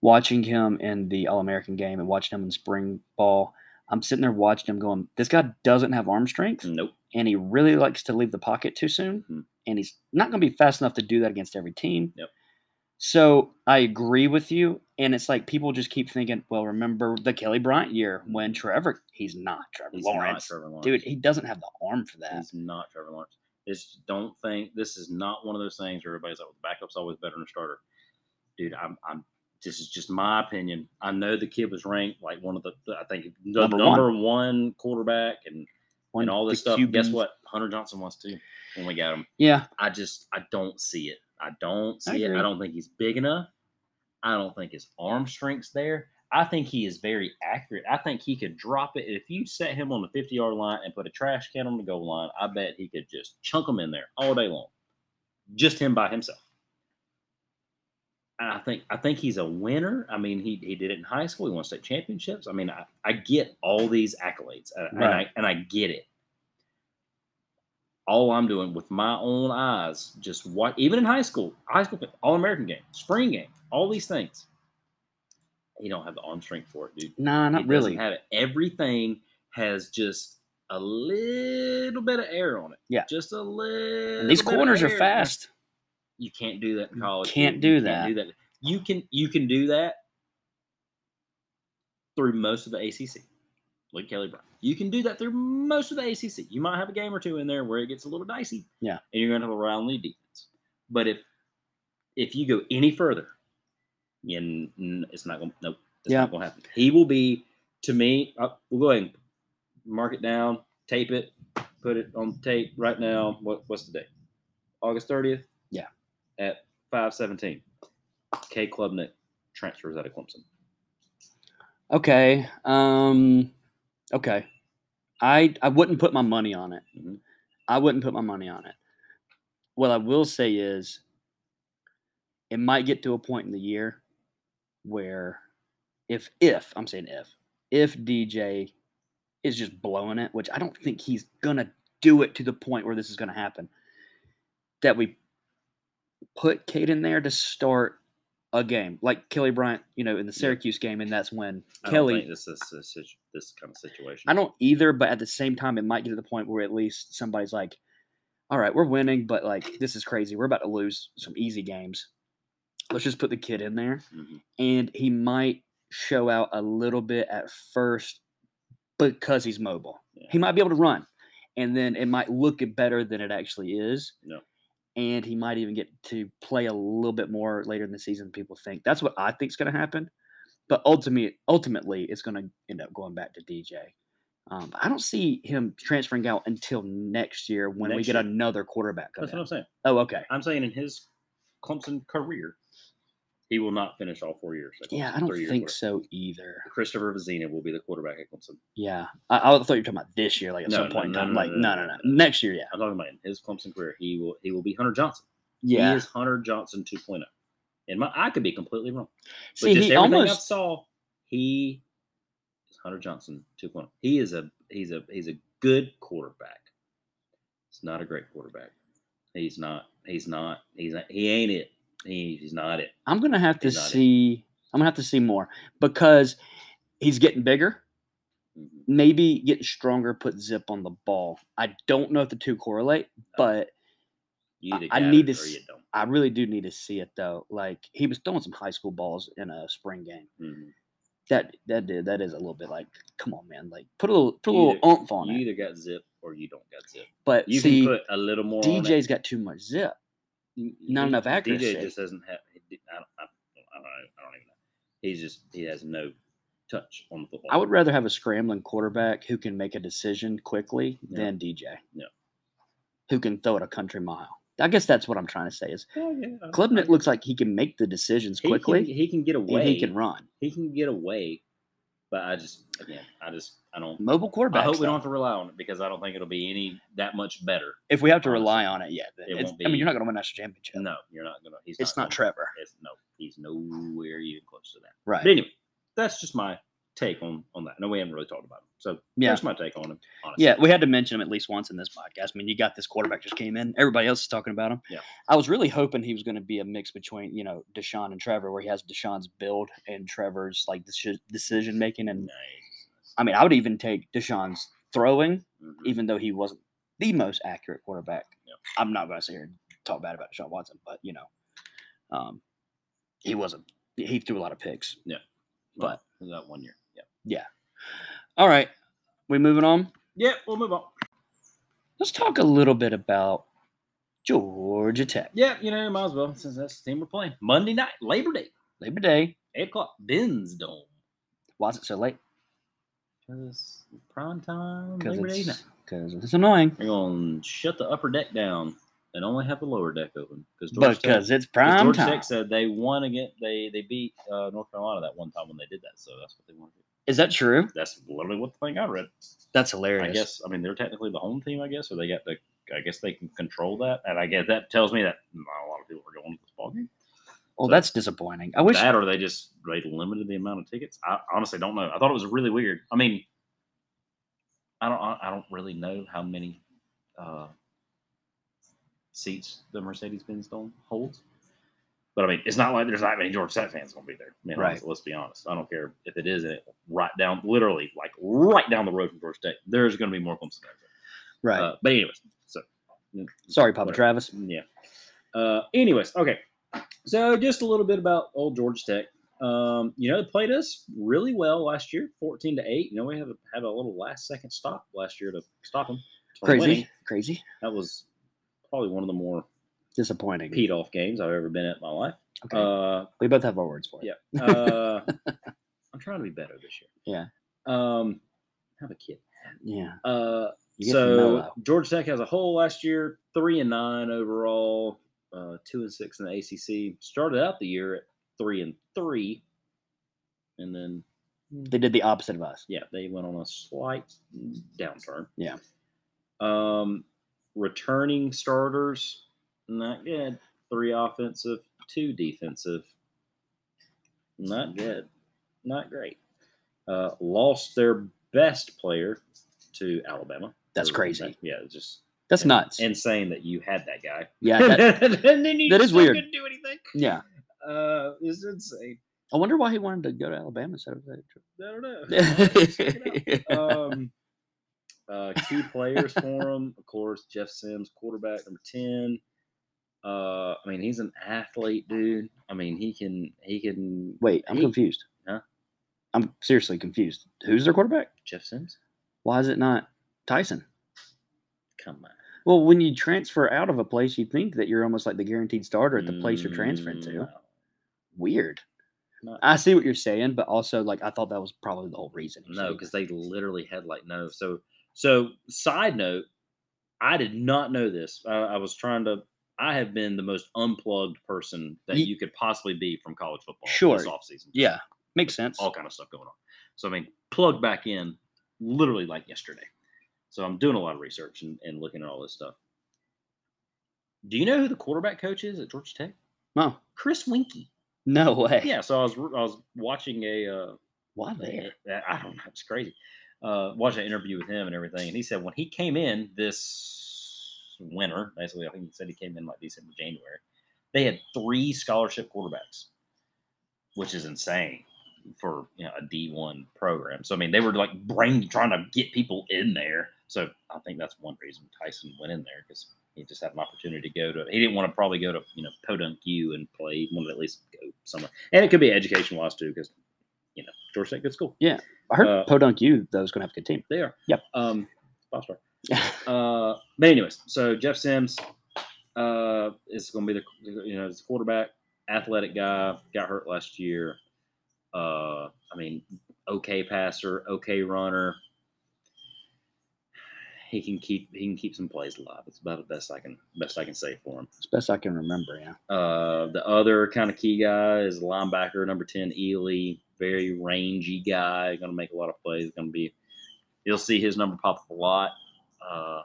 Speaker 1: Watching him in the All American game and watching him in spring ball, I'm sitting there watching him going, this guy doesn't have arm strength.
Speaker 2: Nope.
Speaker 1: and he really likes to leave the pocket too soon.
Speaker 2: Mhm.
Speaker 1: And he's not going to be fast enough to do that against every team.
Speaker 2: Yep.
Speaker 1: So I agree with you. And it's like people just keep thinking, well, remember the Kelly Bryant year when Trevor, he's not Trevor
Speaker 2: Mm-hmm. He's
Speaker 1: Lawrence.
Speaker 2: not Trevor Lawrence.
Speaker 1: Dude, uh, he doesn't have the arm for that.
Speaker 2: he's not Trevor Lawrence. It's don't think this is not one of those things where everybody's like, well, the backup's always better than a starter. Dude, I'm, I'm this is just my opinion. I know the kid was ranked like one of the, the- I think the
Speaker 1: Number
Speaker 2: number,
Speaker 1: one.
Speaker 2: one. quarterback and, and all this
Speaker 1: the
Speaker 2: stuff. Guess
Speaker 1: QBs.
Speaker 2: what? Hunter Johnson was too when we got him.
Speaker 1: Yeah.
Speaker 2: I just I don't see it. I don't
Speaker 1: I
Speaker 2: see it.
Speaker 1: agree.
Speaker 2: I don't think he's big enough. I don't think his arm strength's there. I think he is very accurate. I think he could drop it. If you set him on the 50 yard line and put a trash can on the goal line, I bet he could just chunk him in there all day long. Just him by himself. And I think I think he's a winner. I mean, he, he did it in high school. He won state championships. I mean, I, I get all these accolades, and, and I
Speaker 1: Right.
Speaker 2: and I get it all I'm doing with my own eyes, just what even in high school, high school all American game, spring game, all these things. He don't have the arm strength for it, dude.
Speaker 1: Nah, not
Speaker 2: He doesn't
Speaker 1: really.
Speaker 2: Have it. Everything has just a little bit of air on it.
Speaker 1: Yeah.
Speaker 2: Just a little.
Speaker 1: and these
Speaker 2: bit of
Speaker 1: corners are
Speaker 2: air.
Speaker 1: fast.
Speaker 2: You can't do that in college.
Speaker 1: can't
Speaker 2: dude. You
Speaker 1: do that.
Speaker 2: do that. You can you can do that through most of the ACC. Look, at Kelly Bryant. You can do that through most of the ACC. You might have a game or two in there where it gets a little dicey.
Speaker 1: Yeah.
Speaker 2: and you're going to have a round lead defense. But if if you go any further, yeah, n- n- it's not going. Nope, it's
Speaker 1: Yeah.
Speaker 2: not going to happen. He will be to me. Uh, we'll go ahead and mark it down, tape it, put it on tape right now. What what's the date? August thirtieth.
Speaker 1: Yeah.
Speaker 2: At five seventeen. K Klubnik transfers out of Clemson.
Speaker 1: Okay. Um, okay. I I wouldn't put my money on it.
Speaker 2: Mhm.
Speaker 1: I wouldn't put my money on it. What I will say is, it might get to a point in the year where, if if I'm saying if if DJ is just blowing it, which I don't think he's gonna do it to the point where this is gonna happen, that we put Kate in there to start a game like Kelly Bryant, you know, in the Syracuse game, and that's when
Speaker 2: I
Speaker 1: Kelly.
Speaker 2: don't think this is a situ- this kind of situation.
Speaker 1: I don't either, but at the same time, it might get to the point where at least somebody's like, all right, we're winning, but like, this is crazy. We're about to lose some easy games. Let's just put the kid in there.
Speaker 2: Mhm.
Speaker 1: And he might show out a little bit at first because he's mobile.
Speaker 2: Yeah.
Speaker 1: He might be able to run. And then it might look it better than it actually is.
Speaker 2: No.
Speaker 1: And he might even get to play a little bit more later in the season than people think. That's what I think's going to happen. But ultimately, ultimately, it's going to end up going back to DJ. Um, I don't see him transferring out until next year when we
Speaker 2: Next
Speaker 1: get
Speaker 2: year.
Speaker 1: another quarterback. Come
Speaker 2: That's what I'm saying.
Speaker 1: Oh, okay.
Speaker 2: I'm saying in his Clemson career, he will not finish all four years. at
Speaker 1: Yeah,
Speaker 2: Clemson,
Speaker 1: I don't
Speaker 2: three years,
Speaker 1: think
Speaker 2: whatever.
Speaker 1: so either.
Speaker 2: Christopher Vizina will be the quarterback at Clemson.
Speaker 1: Yeah, I, I thought you were talking about this year, like at
Speaker 2: No,
Speaker 1: some
Speaker 2: no,
Speaker 1: point
Speaker 2: no,
Speaker 1: in time.
Speaker 2: no,
Speaker 1: like,
Speaker 2: no,
Speaker 1: no, no,
Speaker 2: no,
Speaker 1: no,
Speaker 2: no.
Speaker 1: next year, yeah,
Speaker 2: I'm talking about in his Clemson career, he will he will be Hunter Johnson.
Speaker 1: yeah.
Speaker 2: He is Hunter Johnson 2.0. And my, I could be completely wrong. But
Speaker 1: See,
Speaker 2: just
Speaker 1: he
Speaker 2: everything
Speaker 1: almost
Speaker 2: I saw, he is Hunter Johnson 2.0. He is a he's a he's a good quarterback. He's not a great quarterback. He's not. He's not. He's not, he ain't it. He, he's not it.
Speaker 1: I'm gonna have to
Speaker 2: He's not it.
Speaker 1: see. I'm gonna have to see more because he's getting bigger.
Speaker 2: Mhm.
Speaker 1: Maybe getting stronger put zip on the ball. I don't know if the two correlate,
Speaker 2: Oh.
Speaker 1: but
Speaker 2: You either
Speaker 1: I- I
Speaker 2: got
Speaker 1: need
Speaker 2: it
Speaker 1: to
Speaker 2: or
Speaker 1: s-
Speaker 2: you don't.
Speaker 1: I really do need to see it though. Like he was throwing some high school balls in a spring game.
Speaker 2: Mhm.
Speaker 1: That that did that is a little bit like, come on, man. Like put a little put a
Speaker 2: You
Speaker 1: little
Speaker 2: either-
Speaker 1: oomph on
Speaker 2: You
Speaker 1: it.
Speaker 2: either got zip or you don't got zip.
Speaker 1: But
Speaker 2: You
Speaker 1: see,
Speaker 2: can put a little more. on it.
Speaker 1: DJ's got too much zip.
Speaker 2: N-
Speaker 1: not
Speaker 2: he-
Speaker 1: enough accuracy.
Speaker 2: DJ just doesn't have. he d- I don't, I, don't- I don't know. I don't even know. He's just he has no touch on the football.
Speaker 1: I would rather have a scrambling quarterback who can make a decision quickly
Speaker 2: Yeah.
Speaker 1: than DJ.
Speaker 2: Yeah.
Speaker 1: Who can throw it a country mile. I guess that's what I'm trying to say is
Speaker 2: Oh, yeah, I- I-
Speaker 1: Klubnik looks like he can make the decisions
Speaker 2: he
Speaker 1: quickly
Speaker 2: Can, he can get away.
Speaker 1: and he can run.
Speaker 2: He can get away. But I just again, I just I don't.
Speaker 1: Mobile quarterback.
Speaker 2: I hope we don't have to rely on it because I don't think it'll be any that much better.
Speaker 1: if we have to rely on it yet,
Speaker 2: It
Speaker 1: it's-
Speaker 2: won't
Speaker 1: I mean,
Speaker 2: be-
Speaker 1: you're not going to win national championship.
Speaker 2: No, you're not gonna. He's
Speaker 1: it's not
Speaker 2: gonna-
Speaker 1: Trevor,
Speaker 2: It's, no, he's nowhere even close to that.
Speaker 1: right?
Speaker 2: But anyway, that's just my take on on that. No, we haven't really talked about him. So
Speaker 1: Yeah.
Speaker 2: that's my take on him. Honestly.
Speaker 1: Yeah, we had to mention him at least once in this podcast. I mean, you got this quarterback just came in. Everybody else is talking about him.
Speaker 2: Yeah.
Speaker 1: I was really hoping he was going to be a mix between, you know, Deshaun and Trevor, where he has Deshaun's build and Trevor's like decision making. And
Speaker 2: Nice.
Speaker 1: I mean, I would even take Deshaun's throwing,
Speaker 2: Mhm.
Speaker 1: even though he wasn't the most accurate quarterback.
Speaker 2: Yeah.
Speaker 1: I'm not going to sit here and talk bad about Deshaun Watson, but, you know, um, he wasn't. He threw a lot of picks.
Speaker 2: but that one year. Yeah.
Speaker 1: All right. We moving on?
Speaker 2: Yeah, we'll move on.
Speaker 1: Let's talk a little bit about Georgia Tech.
Speaker 2: Yeah, you know, might as well since that's the team we're playing. Monday night, Labor Day,
Speaker 1: Labor Day.
Speaker 2: eight o'clock, Ben's Dome.
Speaker 1: Why is it so late?
Speaker 2: Because prime time,
Speaker 1: Because
Speaker 2: Labor Day
Speaker 1: it's,
Speaker 2: night.
Speaker 1: 'cause it's annoying.
Speaker 2: We're gonna shut the upper deck down and only have the lower deck open because
Speaker 1: Because it's prime
Speaker 2: George
Speaker 1: time.
Speaker 2: Tech said they won against they they beat uh, North Carolina that one time when they did that, so that's what they want to do.
Speaker 1: Is that true?
Speaker 2: That's literally what the thing I read.
Speaker 1: That's
Speaker 2: I
Speaker 1: hilarious.
Speaker 2: guess I mean they're technically the home team, I guess, so they got the I guess they can control that, and I guess that tells me that not a lot of people are going to this ball game.
Speaker 1: Well,
Speaker 2: so-
Speaker 1: that's disappointing. I wish.
Speaker 2: that or they just they limited the amount of tickets. I honestly don't know. I thought it was really weird. I mean, I don't I don't really know how many uh, seats the Mercedes Benz Dome holds. But I mean, it's not like there's not many Georgia Tech fans going to be there. I mean,
Speaker 1: Right.
Speaker 2: let's, let's be honest. I don't care if it is in it right down, literally like right down the road from Georgia Tech. There's going to be more Clemson fans.
Speaker 1: right.
Speaker 2: there. Uh, but anyways, so
Speaker 1: Sorry, Papa
Speaker 2: whatever.
Speaker 1: Travis.
Speaker 2: Yeah. Uh, anyways, okay. So just a little bit about old Georgia Tech. Um, you know, they played us really well last year, fourteen to eight. You know, we have had a little last second stop last year to stop them. from
Speaker 1: Crazy.
Speaker 2: winning.
Speaker 1: Crazy.
Speaker 2: That was probably one of the more
Speaker 1: Disappointing.
Speaker 2: peed off games I've ever been at in my life.
Speaker 1: Okay.
Speaker 2: Uh,
Speaker 1: we both have our words for it.
Speaker 2: yeah.
Speaker 1: (laughs)
Speaker 2: Uh, I'm trying to be better this year. Yeah. Um, have a kid.
Speaker 1: Yeah.
Speaker 2: Uh,
Speaker 1: You get
Speaker 2: so
Speaker 1: mellow.
Speaker 2: Georgia Tech as a whole last year, three and nine overall, uh, two and six in the ACC. Started out the year at three and three, and then hmm.
Speaker 1: They did the opposite of us.
Speaker 2: yeah, they went on a slight downturn.
Speaker 1: Yeah.
Speaker 2: Um, returning starters, not good. Three offensive, two defensive. Not good. Not great. Uh, lost their best player to Alabama.
Speaker 1: That's crazy.
Speaker 2: Yeah, it's just
Speaker 1: That's
Speaker 2: and-
Speaker 1: nuts.
Speaker 2: insane that you had that guy.
Speaker 1: yeah, that,
Speaker 2: (laughs) and then you
Speaker 1: that
Speaker 2: just
Speaker 1: is weird.
Speaker 2: couldn't do anything.
Speaker 1: yeah.
Speaker 2: Uh, it's insane.
Speaker 1: I wonder why he wanted to go to Alabama instead of
Speaker 2: (laughs)
Speaker 1: that.
Speaker 2: I
Speaker 1: (laughs)
Speaker 2: don't know. Check it out.
Speaker 1: trip.
Speaker 2: um, uh, key players for him, of course, Jeff Sims, quarterback number ten. Uh, I mean, he's an athlete, dude. I mean, he can he can
Speaker 1: (laughs) Wait, I'm
Speaker 2: he-
Speaker 1: confused.
Speaker 2: Huh?
Speaker 1: I'm seriously confused. Who's their quarterback?
Speaker 2: Jeff Sims.
Speaker 1: Why is it not Tyson?
Speaker 2: Come on,
Speaker 1: Well, when you transfer out of a place, you think that you're almost like the guaranteed starter at the place you're transferring to.
Speaker 2: No,
Speaker 1: Weird.
Speaker 2: Mm. not-
Speaker 1: I see what you're saying, but also like I thought that was probably the whole reason.
Speaker 2: no, because they literally had like no. So so side note, I did not know this. I, I was trying to. I have been the most unplugged person that
Speaker 1: Ye-
Speaker 2: you could possibly be from college football
Speaker 1: Sure.
Speaker 2: this offseason.
Speaker 1: yeah, makes sense.
Speaker 2: all kind of stuff going on. So I mean, plugged back in literally like yesterday. So I'm doing a lot of research and, and looking at all this stuff. Do you know who the quarterback coach is at Georgia Tech?
Speaker 1: No,
Speaker 2: Chris Winky.
Speaker 1: no way.
Speaker 2: Yeah. So I was re- I was watching a uh,
Speaker 1: Why
Speaker 2: I
Speaker 1: there?
Speaker 2: I don't know it's crazy. Uh, watching an interview with him and everything, and he said when he came in this winter, basically I think he said he came in like December January, they had three scholarship quarterbacks, which is insane for you know a D one program. So I mean, they were like brain trying to get people in there. So I think that's one reason Tyson went in there because he just had an opportunity to go to. He didn't want to probably go to you know Podunk U and play. He wanted to at least go somewhere, and it could be education wise too because you know Georgia Tech good school.
Speaker 1: I heard
Speaker 2: uh,
Speaker 1: Podunk U though is going to have a good team. (laughs)
Speaker 2: They are.
Speaker 1: Yep.
Speaker 2: Um, five star. Uh, but anyways, so Jeff Sims uh, is going to be the you know is the quarterback, athletic guy, got hurt last year. Uh, I mean, okay passer, okay runner. He can keep he can keep some plays alive. It's about the best I can best I can say for him.
Speaker 1: As best I can remember. Yeah.
Speaker 2: Uh, the other kind of key guy is linebacker number 10, Ely. Very rangy guy. Going to make a lot of plays. Going to be, you'll see his number pop up a lot. Uh,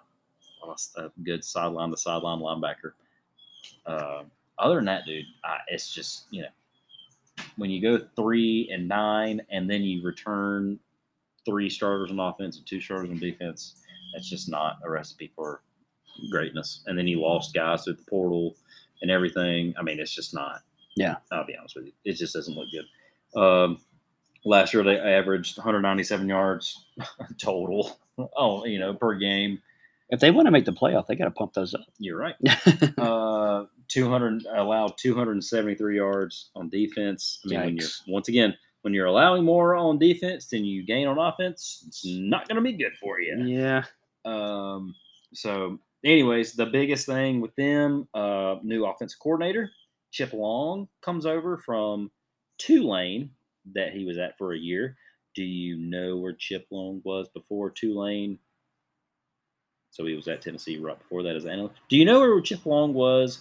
Speaker 2: on a s- a good sideline to sideline linebacker. Uh, other than that, dude, I, it's just, you know, when you go three and nine and then you return three starters on offense and two starters on defense, that's just not a recipe for greatness. And then you lost guys through the portal and everything. I mean, it's just not.
Speaker 1: Yeah.
Speaker 2: I'll be honest with you. It just doesn't look good. Um, last year, they averaged 197 yards (laughs) total. (laughs) Oh, you know, per game.
Speaker 1: If they want to make the playoff, they got to pump those up. (laughs)
Speaker 2: You're right. Uh, 200 allowed 273 yards on defense. I mean, when you're
Speaker 1: Yikes.
Speaker 2: once again when you're allowing more on defense than you gain on offense, it's not going to be good for you.
Speaker 1: yeah.
Speaker 2: Um, so, anyways, the biggest thing with them, uh, new offensive coordinator Chip Long comes over from Tulane that he was at for a year. Do you know where Chip Long was before Tulane? So he was at Tennessee right before that as an analyst. Do you know where Chip Long was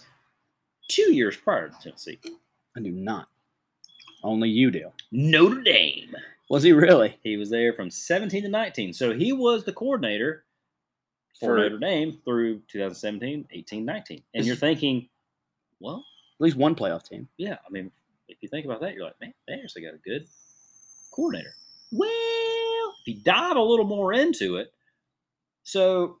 Speaker 2: two years prior to Tennessee?
Speaker 1: I do not. Only you do.
Speaker 2: Notre Dame.
Speaker 1: Was he really?
Speaker 2: He was there from 17 to 19. So he was the coordinator for
Speaker 1: For-
Speaker 2: Notre Dame through 2017, 18, 19. And you're thinking, well,
Speaker 1: At least one playoff team.
Speaker 2: yeah, I mean, if you think about that, you're like, man, they actually got a good coordinator. Well, if you dive a little more into it, so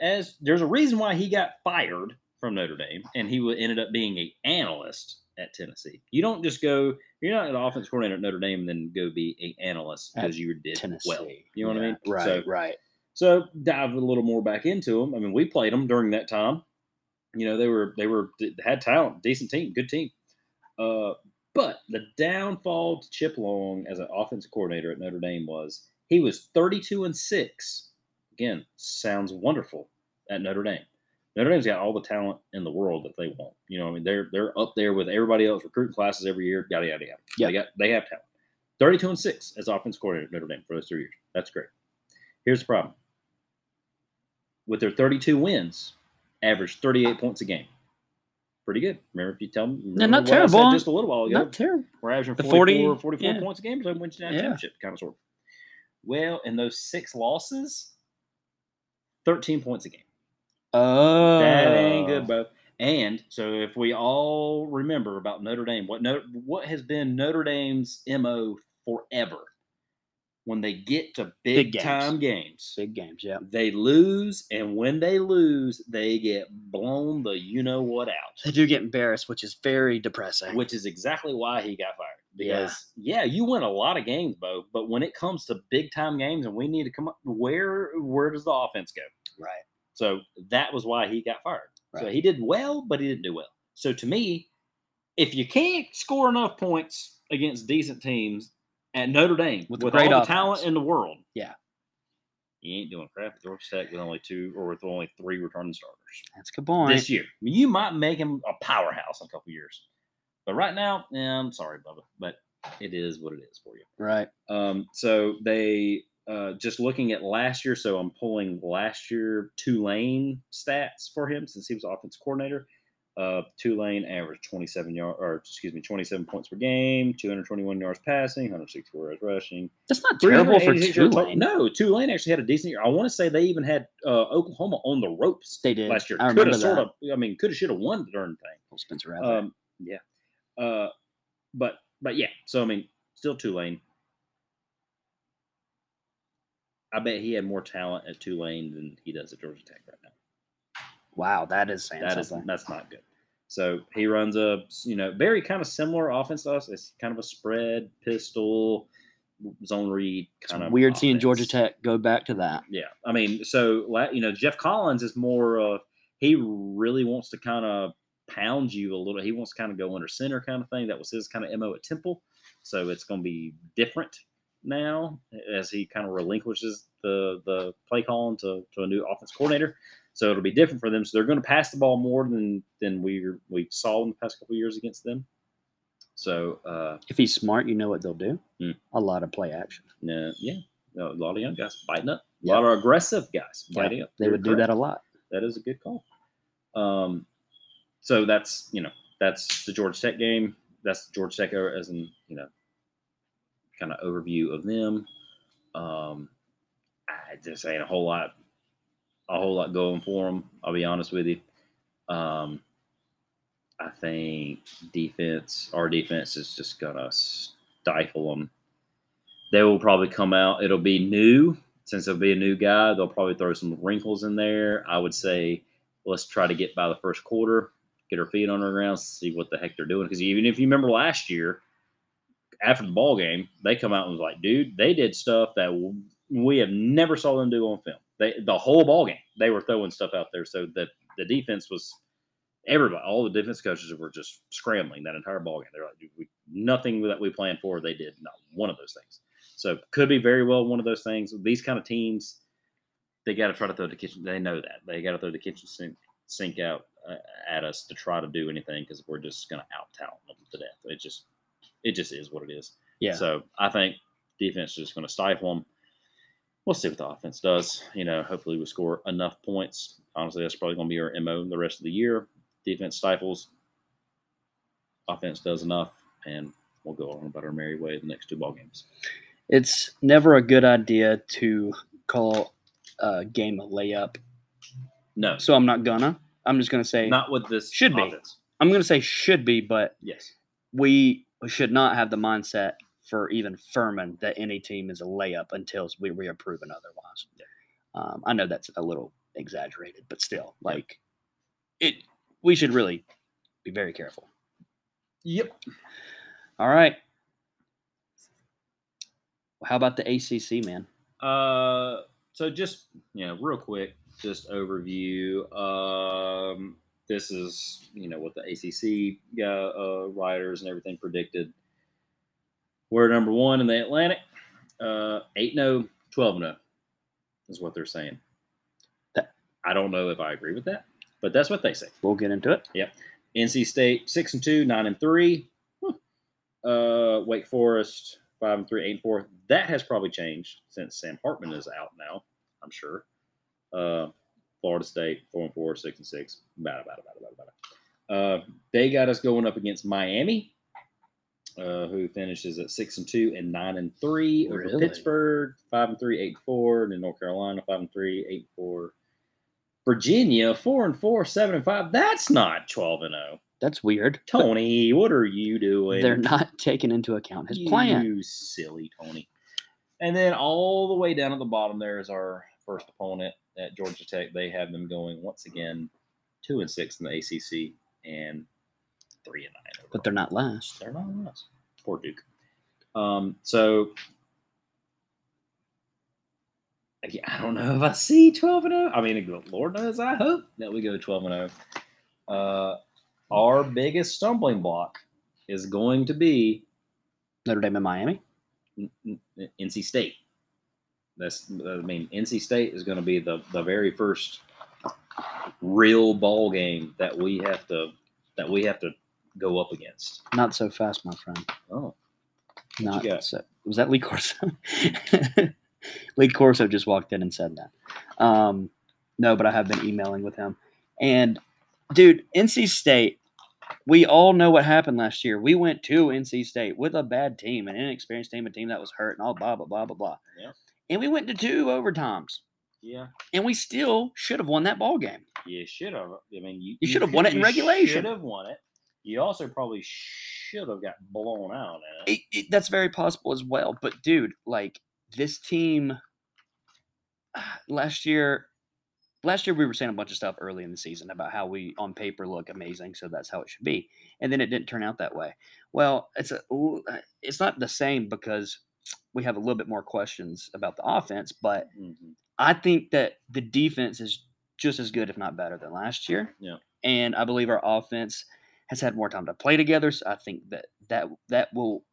Speaker 2: as there's a reason why he got fired from Notre Dame and he wa- ended up being a analyst at Tennessee. You don't just go, you're not an offense coordinator at Notre Dame and then go be a analyst
Speaker 1: At
Speaker 2: because you did
Speaker 1: Tennessee.
Speaker 2: well. You know what I
Speaker 1: Yeah,
Speaker 2: mean?
Speaker 1: Right.
Speaker 2: So-
Speaker 1: right.
Speaker 2: so dive a little more back into them. I mean, we played them during that time. You know, they were they were they had talent, decent team, good team. Uh, but the downfall to Chip Long as an offensive coordinator at Notre Dame was he was 32 and six. Again, sounds wonderful at Notre Dame. Notre Dame's got all the talent in the world that they want. You know, I mean, they're they're up there with everybody else, recruiting classes every year. Yada yada yada.
Speaker 1: Yeah.
Speaker 2: they got they have talent. 32 and six as offensive coordinator at Notre Dame for those three years. That's great. Here's the problem with their 32 wins, averaged 38 points a game. pretty good. Remember if you tell me,
Speaker 1: Yeah,
Speaker 2: remember
Speaker 1: not
Speaker 2: what I
Speaker 1: terrible.
Speaker 2: said just a little while ago,
Speaker 1: Not terrible.
Speaker 2: we're averaging
Speaker 1: the
Speaker 2: 44,
Speaker 1: 40,
Speaker 2: 44
Speaker 1: yeah.
Speaker 2: points a game, so we win the
Speaker 1: Yeah.
Speaker 2: championship, kind of sort. of. Well, in those six losses, thirteen points a game.
Speaker 1: Oh,
Speaker 2: That ain't good, bro. And so, if we all remember about Notre Dame, what no, what has been Notre Dame's mo forever? When they get to
Speaker 1: Big
Speaker 2: big,
Speaker 1: games.
Speaker 2: time games,
Speaker 1: Big games, yeah.
Speaker 2: they lose, and when they lose, they get blown the you know what out,
Speaker 1: They do get embarrassed, which is very depressing.
Speaker 2: which is exactly why he got fired.
Speaker 1: Yeah.
Speaker 2: Because yeah, you win a lot of games, Bo, but when it comes to big time games, and we need to come up, where where does the offense go?
Speaker 1: right.
Speaker 2: So that was why he got fired. So
Speaker 1: Right.
Speaker 2: he did well, but he didn't do well. So to me, if you can't score enough points against decent teams at Notre Dame
Speaker 1: With
Speaker 2: with,
Speaker 1: a great
Speaker 2: all
Speaker 1: offense.
Speaker 2: the talent in the world,
Speaker 1: Yeah.
Speaker 2: you ain't doing crap at Georgia Tech with only two or with only three returning starters
Speaker 1: That's a good point.
Speaker 2: this year. I mean, you might make him a powerhouse in a couple years, but right now, eh, I'm sorry, Bubba, but it is what it is for you.
Speaker 1: right.
Speaker 2: Um, so they uh, just looking at last year. So I'm pulling last year Tulane stats for him since he was offense coordinator. Uh, Tulane averaged 27 yard, or excuse me, 27 points per game, 221 yards passing, 164 yards rushing.
Speaker 1: That's not terrible for
Speaker 2: 386 yards total-
Speaker 1: Tulane.
Speaker 2: No, Tulane actually had a decent year. I want to say they even had uh, Oklahoma on the ropes
Speaker 1: They did.
Speaker 2: last year.
Speaker 1: I
Speaker 2: Coulda
Speaker 1: remember that.
Speaker 2: sorta- I mean, could have should have won the darn thing.
Speaker 1: Spencer Rattler.
Speaker 2: Um, yeah. Uh, but but yeah. So I mean, still Tulane. I bet he had more talent at Tulane than he does at Georgia Tech right now.
Speaker 1: wow, that is saying
Speaker 2: That is
Speaker 1: something.
Speaker 2: that's not good. So he runs a you know very kind of similar offense to us. It's kind of a spread pistol zone read kind
Speaker 1: it's
Speaker 2: of
Speaker 1: weird seeing
Speaker 2: offense.
Speaker 1: Georgia Tech go back to that.
Speaker 2: Yeah, I mean, so la- you know, Jeff Collins is more of he really wants to kind of pound you a little. He wants to kind of go under center kind of thing. That was his kind of mo at Temple, so it's going to be different now as he kind of relinquishes the the play calling to, to a new offense coordinator. So it'll be different for them. So they're going to pass the ball more than than we we saw in the past couple years against them. So uh,
Speaker 1: If he's smart, you know what they'll do.
Speaker 2: Hmm.
Speaker 1: A lot of play action.
Speaker 2: no, yeah, a lot of young guys biting up. A
Speaker 1: Yeah.
Speaker 2: lot of aggressive guys
Speaker 1: Yeah,
Speaker 2: biting up.
Speaker 1: They
Speaker 2: You're
Speaker 1: would do
Speaker 2: correct.
Speaker 1: that a lot.
Speaker 2: that is a good call. Um, so that's you know that's the Georgia Tech game. That's Georgia Tech o- as an you know kind of overview of them. Um, I just ain't a whole lot, a whole lot going for them. I'll be honest with you. Um, I think defense, our defense is just gonna stifle them. They will probably come out. It'll be new since it'll be a new guy. They'll probably throw some wrinkles in there. I would say let's try to get by the first quarter, get our feet on the ground, see what the heck they're doing. Because even if you remember last year, after the ball game, they come out and was like, "Dude, they did stuff that w- we have never saw them do on film. They the whole ball game, they were throwing stuff out there. So the the defense was." Everybody, all the defense coaches were just scrambling that entire ball game. They're like, "Dude, we, nothing that we planned for, they did not one of those things. So could be very well one of those things. These kind of teams, they got to try to throw the kitchen. They know that they got to throw the kitchen sink, sink out uh, at us to try to do anything because we're just going to out talent them to death. It just, it just is what it is.
Speaker 1: Yeah.
Speaker 2: So I think defense is just going to stifle them. We'll see what the offense does. You know, hopefully we score enough points. Honestly, that's probably going to be our mo the rest of the year. Defense stifles, offense does enough, and we'll go on about our merry way the next two ball games.
Speaker 1: It's never a good idea to call a game a layup.
Speaker 2: No,
Speaker 1: So I'm not gonna. I'm just gonna say
Speaker 2: not with this
Speaker 1: Should be.
Speaker 2: offense.
Speaker 1: I'm gonna say should be, but
Speaker 2: Yes.
Speaker 1: we should not have the mindset for even Furman that any team is a layup until we, we are proven otherwise. Um, I know that's a little exaggerated, but still,
Speaker 2: Yeah.
Speaker 1: like it, we should really be very careful.
Speaker 2: Yep.
Speaker 1: All right. How about the ACC, man?
Speaker 2: Uh, so just you know, real quick, just overview. Um, this is you know what the ACC guy, uh, writers and everything predicted. We're number one in the Atlantic. Uh, eight no, twelve no, is what they're saying.
Speaker 1: That-
Speaker 2: I don't know if I agree with that, but that's what they say.
Speaker 1: We'll get into it.
Speaker 2: NC State six and two, nine and three. Uh, Wake Forest five and three, eight and four. That has probably changed since Sam Hartman is out now. I'm sure. Uh, Florida State four and four, six and six. Bada bada bada bada bada. Uh, they got us going up against Miami, uh, who finishes at six and two and nine and three over
Speaker 1: Really?
Speaker 2: Pittsburgh, five and three, eight and four, and then North Carolina, five and three, eight and four. Virginia, four and four, seven and five. That's not twelve and zero.
Speaker 1: That's weird.
Speaker 2: Tony, what are you doing?
Speaker 1: They're not (laughs) taking into account his
Speaker 2: you
Speaker 1: plan.
Speaker 2: silly Tony. And then all the way down at the bottom there is our first opponent at Georgia Tech. They have them going once again two and six in the ACC and three and nine. Overall.
Speaker 1: But they're not last.
Speaker 2: they're not on us. Poor Duke. Um, so again, I don't know if I see twelve and zero. I mean, the Lord knows I hope that we go twelve and zero. Uh, our biggest stumbling block is going to be
Speaker 1: Notre Dame and Miami.
Speaker 2: N- N- N- NC State. That's I mean NC State is going to be the the very first real ball game that we have to that we have to go up against.
Speaker 1: Not so fast, my friend.
Speaker 2: Oh,
Speaker 1: Not
Speaker 2: got?
Speaker 1: so. Was that Lee Corso? (laughs) Lee Corso just walked in and said that. Um, no, but I have been emailing with him. And dude, NC State. We all know what happened last year. We went to NC State with a bad team, an inexperienced team, a team that was hurt, and all blah blah blah blah blah.
Speaker 2: Yeah.
Speaker 1: And we went to two overtimes,
Speaker 2: yeah,
Speaker 1: and we still should have won that ball game.
Speaker 2: you should have. I mean, you
Speaker 1: You should have won it in regulation.
Speaker 2: Should have won it. You also probably should have got blown out in it.
Speaker 1: It, it, that's very possible as well. But dude, like this team (sighs) last year, last year we were saying a bunch of stuff early in the season about how we on paper look amazing, so that's how it should be, and then it didn't turn out that way. Well, it's a, l- uh, it's not the same because we have a little bit more questions about the offense, but
Speaker 2: Mhm.
Speaker 1: I think that the defense is just as good, if not better, than last year.
Speaker 2: Yeah.
Speaker 1: And I believe our offense has had more time to play together, so I think that that that will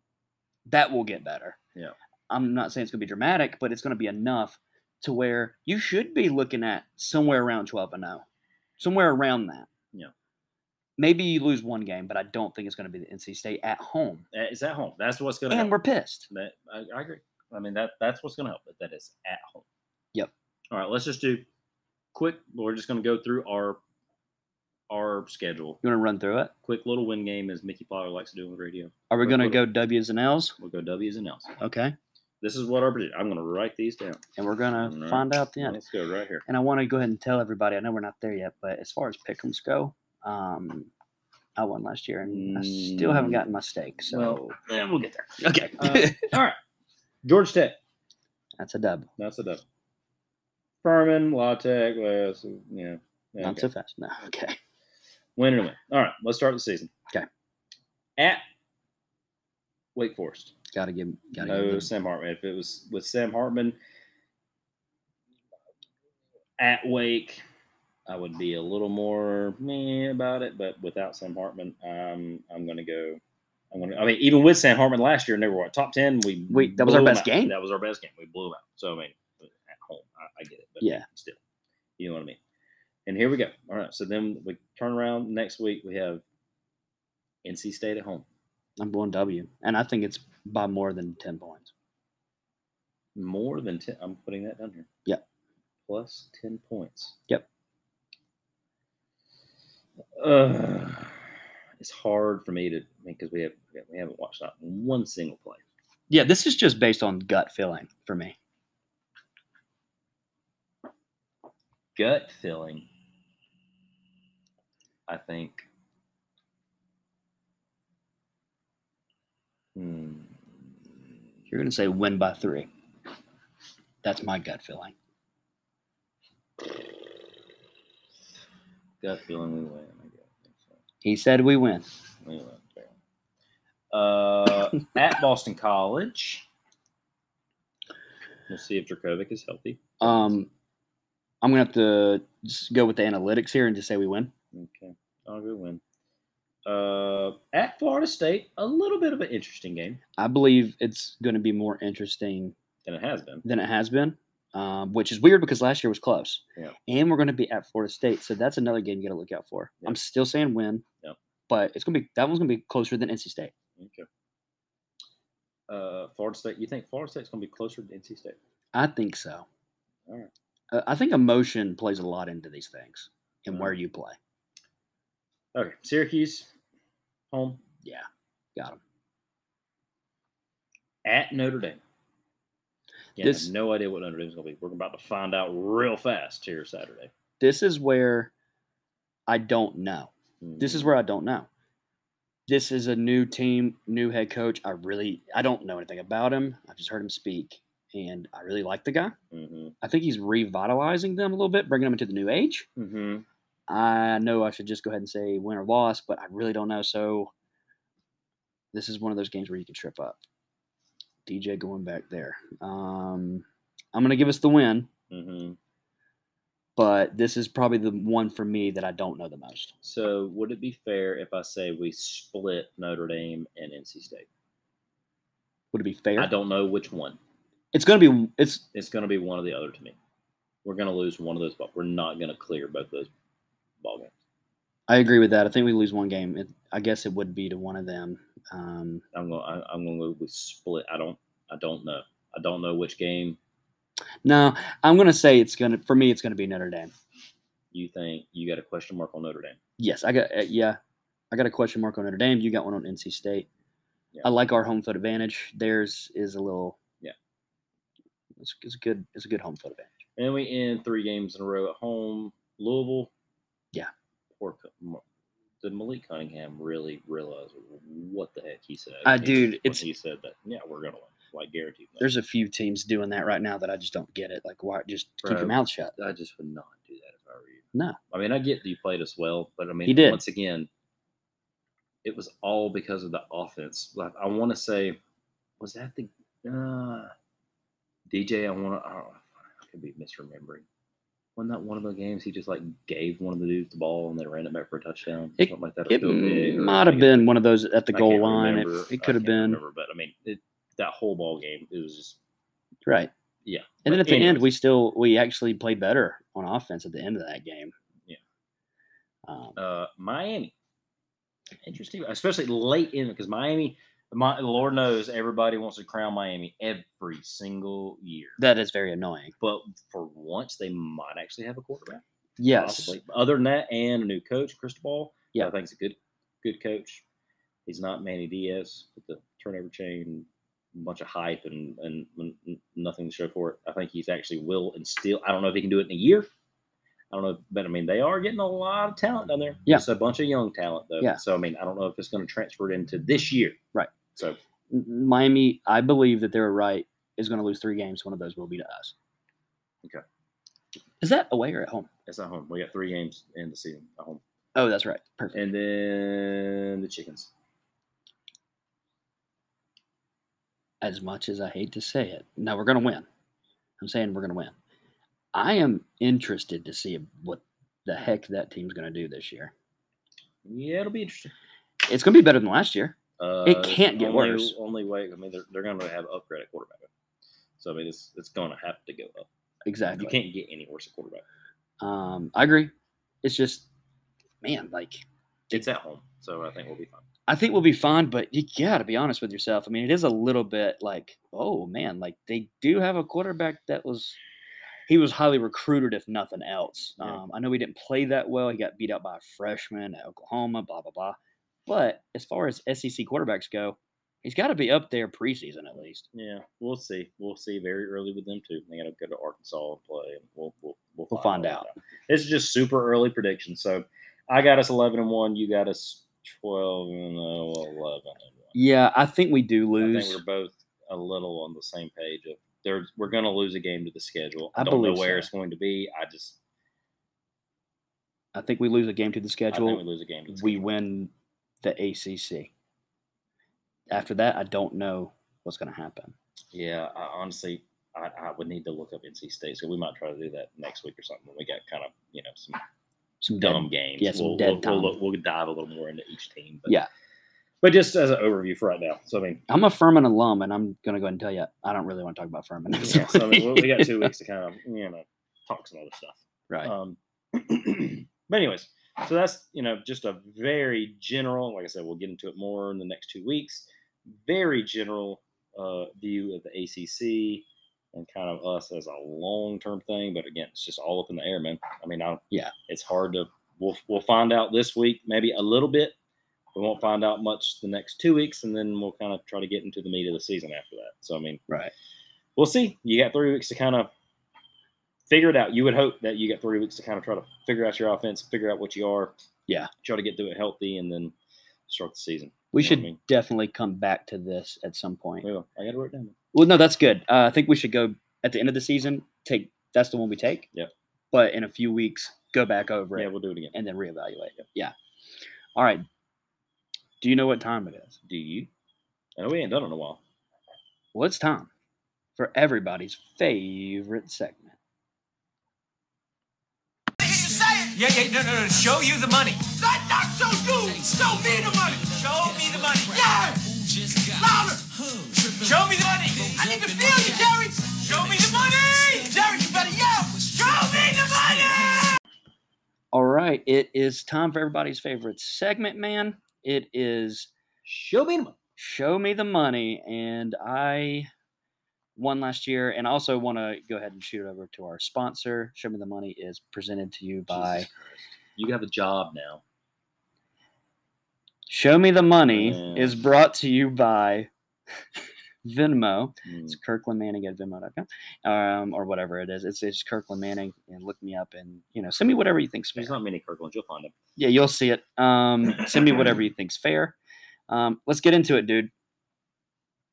Speaker 1: that will get better.
Speaker 2: Yeah.
Speaker 1: I'm not saying it's going to be dramatic, but it's going to be enough to where you should be looking at somewhere around 12 and 0, somewhere around that.
Speaker 2: Yeah.
Speaker 1: Maybe you lose one game, but I don't think it's going to be the NC State at home,
Speaker 2: Uh, It's at home. That's what's going to
Speaker 1: and
Speaker 2: happen.
Speaker 1: we're pissed.
Speaker 2: That I, I agree. I mean that that's what's going to help. But that is at home.
Speaker 1: Yep.
Speaker 2: All right. Let's just do quick. We're just going to go through our our schedule.
Speaker 1: You want to run through it?
Speaker 2: Quick little win game as Mickey Potter likes to do on the radio.
Speaker 1: Are we
Speaker 2: Let's
Speaker 1: going to go
Speaker 2: look.
Speaker 1: W's and L's?
Speaker 2: We'll go W's and L's.
Speaker 1: Okay,
Speaker 2: This is what our prediction. I'm going to write these down.
Speaker 1: and we're going to
Speaker 2: Alright.
Speaker 1: find out then.
Speaker 2: Let's go right here.
Speaker 1: and I want to go ahead and tell everybody. I know we're not there yet, but as far as pickems go, um, I won last year, and I still haven't
Speaker 2: Mm,
Speaker 1: gotten my stake. So
Speaker 2: well, Yeah, we'll get
Speaker 1: (laughs)
Speaker 2: there.
Speaker 1: okay, Um,
Speaker 2: Uh, all right. George Tech.
Speaker 1: that's a dub.
Speaker 2: That's a dub. Furman, La Tech. well, so, yeah. yeah,
Speaker 1: Not
Speaker 2: okay.
Speaker 1: so fast. No, (laughs) okay.
Speaker 2: Win and win. All right. Let's start the season.
Speaker 1: 'Kay.
Speaker 2: At Wake Forest.
Speaker 1: Gotta give. Gotta
Speaker 2: No,
Speaker 1: give. them-
Speaker 2: Sam Hartman. If it was with Sam Hartman at Wake, I would be a little more meh about it. But without Sam Hartman, um, I'm going to go. I'm going to. I mean, even with Sam Hartman last year, and they were what, top ten. We
Speaker 1: We- that was our
Speaker 2: blew 'em
Speaker 1: best
Speaker 2: out.
Speaker 1: game.
Speaker 2: That was our best game. We blew them out. So I mean, at home, I, I get it. But
Speaker 1: Yeah.
Speaker 2: still, you know what I mean. And here we go. All right. So then we turn around next week. We have NC State at home.
Speaker 1: I'm going W, and I think it's by more than ten points.
Speaker 2: more than 10 i'm putting that down here
Speaker 1: Yep.
Speaker 2: plus 10 points
Speaker 1: Yep.
Speaker 2: uh, it's hard for me to because we have we haven't watched not one single play
Speaker 1: Yeah, this is just based on gut feeling for me.
Speaker 2: gut feeling i think hmm,
Speaker 1: You're gonna say win by three. That's my gut feeling.
Speaker 2: gut feeling we win i guess so.
Speaker 1: He said we win.
Speaker 2: Anyway, fair. Uh, at Boston College. We'll see if Dracovic is healthy.
Speaker 1: Um, I'm gonna have to just go with the analytics here and just say we win.
Speaker 2: Okay. I'll go win. Uh, at Florida State, a little bit of an interesting game
Speaker 1: I believe it's gonna be more interesting
Speaker 2: than it has been.
Speaker 1: than it has been, um, which is weird because last year was close.
Speaker 2: Yeah.
Speaker 1: And we're going to be at Florida State, so that's another game you got to look out for.
Speaker 2: Yeah.
Speaker 1: I'm still saying win,
Speaker 2: Yep.
Speaker 1: but it's going to be that one's going to be closer than NC State.
Speaker 2: Okay. Uh, Florida State, you think Florida State's going to be closer to NC State?
Speaker 1: I think so.
Speaker 2: Alright.
Speaker 1: Uh, I think emotion plays a lot into these things and where
Speaker 2: Alright.
Speaker 1: you play.
Speaker 2: Okay, Syracuse, home
Speaker 1: Yeah, got him.
Speaker 2: at Notre Dame. Again,
Speaker 1: This-
Speaker 2: I have no idea what Notre Dame's going to be. We're about to find out real fast here Saturday.
Speaker 1: This is where I don't know. This is where I don't know. This is a new team, new head coach. I really I don't know anything about him. I've just heard him speak, and I really like the guy.
Speaker 2: hmm
Speaker 1: I think he's revitalizing them a little bit, bringing them into the new age.
Speaker 2: hmm
Speaker 1: I know I should just go ahead and say win or loss, but I really don't know. So this is one of those games where you can trip up. DJ going back there. Um, I'm going to give us the win,
Speaker 2: hmm
Speaker 1: but this is probably the one for me that I don't know the most.
Speaker 2: So, would it be fair if I say we split Notre Dame and NC State?
Speaker 1: Would it be fair?
Speaker 2: I don't know which one.
Speaker 1: It's going to be it's
Speaker 2: It's going to be one or the other to me. We're going to lose one of those, but we're not going to clear both those ball games.
Speaker 1: I agree with that. I think we lose one game. It, I guess it would be to one of them. Um,
Speaker 2: I'm going. to I'm going to go with split. I don't. I don't know. I don't know which game
Speaker 1: no, I'm going to say it's going to for me it's going to be Notre Dame.
Speaker 2: you think you got a question mark on Notre Dame.
Speaker 1: Yes, I got uh, yeah. I got a question mark on Notre Dame. You got one on NC State.
Speaker 2: Yeah.
Speaker 1: I like our home field advantage. Theirs is a little
Speaker 2: Yeah.
Speaker 1: It's, it's a good. It's a good home field advantage.
Speaker 2: And then we end three games in a row at home. Louisville.
Speaker 1: Yeah.
Speaker 2: Poor. Co- Mo- Did Malik Cunningham really realize what the heck he said?
Speaker 1: Uh,
Speaker 2: when he-
Speaker 1: dude,
Speaker 2: when
Speaker 1: it's-
Speaker 2: he said that. Yeah, we're gonna win. Like guaranteed. win."
Speaker 1: There's a few teams doing that right now that I just don't get it. Like why? Just keep your
Speaker 2: Bro.
Speaker 1: mouth shut.
Speaker 2: I just would not do that if I were you.
Speaker 1: No.
Speaker 2: I mean, I get that you played us well, but I mean,
Speaker 1: He did.
Speaker 2: once again, it was all because of the offense. Like, I want to say, was that the uh, DJ? I want to, I, don't know, I could be misremembering. Wasn't that one of the games he just like gave one of the dudes the ball and they ran it back for a touchdown? or
Speaker 1: It-
Speaker 2: something like that. or
Speaker 1: It
Speaker 2: field goal, or
Speaker 1: might have
Speaker 2: something.
Speaker 1: been one of those at the
Speaker 2: I
Speaker 1: goal
Speaker 2: can't
Speaker 1: line. It,
Speaker 2: remember.
Speaker 1: it
Speaker 2: I
Speaker 1: could have
Speaker 2: can't
Speaker 1: been
Speaker 2: Remember, but I mean, it, that whole ball game, it was just,
Speaker 1: right.
Speaker 2: yeah.
Speaker 1: And then at
Speaker 2: But
Speaker 1: the end,
Speaker 2: anyways,
Speaker 1: we still we actually played better on offense at the end of that game.
Speaker 2: Yeah.
Speaker 1: Um,
Speaker 2: uh, Miami. Interesting, especially late in because Miami, my, Lord knows everybody wants to crown Miami every single year.
Speaker 1: that is very annoying.
Speaker 2: But for once, they might actually have a quarterback.
Speaker 1: Yes.
Speaker 2: possibly. Other than that, and a new coach, Cristobal.
Speaker 1: Yeah.
Speaker 2: I think he's a good, good coach. He's not Manny Diaz with the turnover chain, bunch of hype and, and and nothing to show for it. I think he's actually will instill. I don't know if he can do it in a year. I don't know, but I mean, they are getting a lot of talent down there.
Speaker 1: Yeah.
Speaker 2: It's a bunch of young talent though.
Speaker 1: Yeah.
Speaker 2: So I mean, I don't know if it's going to transfer into this year.
Speaker 1: Right.
Speaker 2: So
Speaker 1: M- Miami, I believe that they're right, is going to lose three games. One of those will be to us.
Speaker 2: Okay.
Speaker 1: Is that away or at home?
Speaker 2: it's at home. We got three games in the season at home,
Speaker 1: Oh, that's right. Perfect.
Speaker 2: and then the chickens.
Speaker 1: As much as I hate to say it, no, we're going to win. I'm saying we're going to win. I am interested to see what the heck that team's going to do this year.
Speaker 2: Yeah, it'll be interesting.
Speaker 1: It's going to be better than last year.
Speaker 2: Uh,
Speaker 1: It can't get
Speaker 2: only,
Speaker 1: worse.
Speaker 2: Only way, I mean, they're, they're going to have upgrade at quarterback. So I mean, it's it's going to have to go up.
Speaker 1: Exactly.
Speaker 2: You can't get any worse at quarterback.
Speaker 1: Um, I agree. It's just, man, like
Speaker 2: It's at home, so I think we'll be fine.
Speaker 1: I think we'll be fine, but you gotta be honest with yourself. I mean, it is a little bit like, oh man, like they do have a quarterback that was he was highly recruited, if nothing else.
Speaker 2: Yeah.
Speaker 1: Um, I know he didn't play that well. He got beat out by a freshman at Oklahoma, blah blah blah. But as far as SEC quarterbacks go, he's got to be up there preseason at least.
Speaker 2: Yeah, we'll see. We'll see very early with them too. They got to go to Arkansas and play. And we'll we'll we'll,
Speaker 1: We'll find out.
Speaker 2: This is just super early prediction. So I got us eleven and one. You got us twelve and oh, eleven and one.
Speaker 1: Yeah, I think we do
Speaker 2: I
Speaker 1: lose.
Speaker 2: think we're both a little on the same page of there. We're going to lose a game to the schedule. I,
Speaker 1: I
Speaker 2: don't know
Speaker 1: believe
Speaker 2: where
Speaker 1: so.
Speaker 2: it's going to be. I just
Speaker 1: I think we lose a game to the
Speaker 2: I
Speaker 1: schedule.
Speaker 2: think we lose a game. To the
Speaker 1: we
Speaker 2: schedule.
Speaker 1: win the ACC. After that, I don't know what's going to happen.
Speaker 2: Yeah, I, honestly, I, I would need to look up NC State, so we might try to do that next week or something. When we got kind of you know some
Speaker 1: Some dead-
Speaker 2: dumb games.
Speaker 1: yeah, some
Speaker 2: we'll,
Speaker 1: dead
Speaker 2: we'll,
Speaker 1: time.
Speaker 2: we'll, look- we'll dive a little more into each team. But,
Speaker 1: Yeah.
Speaker 2: but just as an overview for right now. So I
Speaker 1: (laughs)
Speaker 2: mean,
Speaker 1: I'm a Furman alum, and I'm going to go ahead and tell you, I don't really want to talk about Furman. (laughs)
Speaker 2: yeah, so, I mean we, we got two weeks to kind of you know talk some other stuff.
Speaker 1: right.
Speaker 2: Um, (clears throat) but anyways, so that's you know just a very general. Like I said, we'll get into it more in the next two weeks. Very general uh, view of the ACC and kind of us as a long term thing. But again, it's just all up in the air, man. I mean, I,
Speaker 1: Yeah.
Speaker 2: it's hard to We'll we'll find out this week, maybe a little bit. We won't find out much the next two weeks, and then we'll kind of try to get into the meat of the season after that. So I mean,
Speaker 1: Right.
Speaker 2: we'll see. You got three weeks to kind of figure it out. You would hope that you got three weeks to kind of try to figure out your offense, figure out what you are.
Speaker 1: Yeah.
Speaker 2: Try to get through it healthy, and then start the season.
Speaker 1: We
Speaker 2: You know what
Speaker 1: should
Speaker 2: I mean?
Speaker 1: definitely come back to this at some point.
Speaker 2: Well, I got to write it down.
Speaker 1: Well, no, that's good. Uh, I think we should go at the end of the season. Take that's the one we take.
Speaker 2: Yep.
Speaker 1: But in a few weeks, go back over
Speaker 2: Yeah,
Speaker 1: it
Speaker 2: we'll do it again.
Speaker 1: and then reevaluate. it. Yeah. All right. Do you know what time it is?
Speaker 2: Do you? I know we ain't done it in a while.
Speaker 1: Well, it's time for everybody's favorite segment.
Speaker 4: Yeah, yeah, no, no, no. Show you the money. Not, not show you. Show me the money. Show me the money. Yeah. Louder. Show me the money. I need to feel you, Jerry. Show me the money. Jerry, you better yell. Show me the money.
Speaker 1: All right. It is time for everybody's favorite segment, man. It is
Speaker 2: Show me the
Speaker 1: Show Me the Money. And I won last year. And I also want to go ahead and shoot over to our sponsor. Show Me the Money is presented to you by
Speaker 2: You have a job now.
Speaker 1: Show Me the Money
Speaker 2: Mm.
Speaker 1: is brought to you by (laughs) Venmo.
Speaker 2: Mm.
Speaker 1: It's Kirkland Manning at Venmo.com um, or whatever it is. It's, it's Kirkland Manning. And look me up and, you know, send me whatever you think's fair.
Speaker 2: There's not many Kirklands. You'll find them.
Speaker 1: Yeah, you'll see it. Um, send me whatever you think's fair. Um, let's get into it, dude.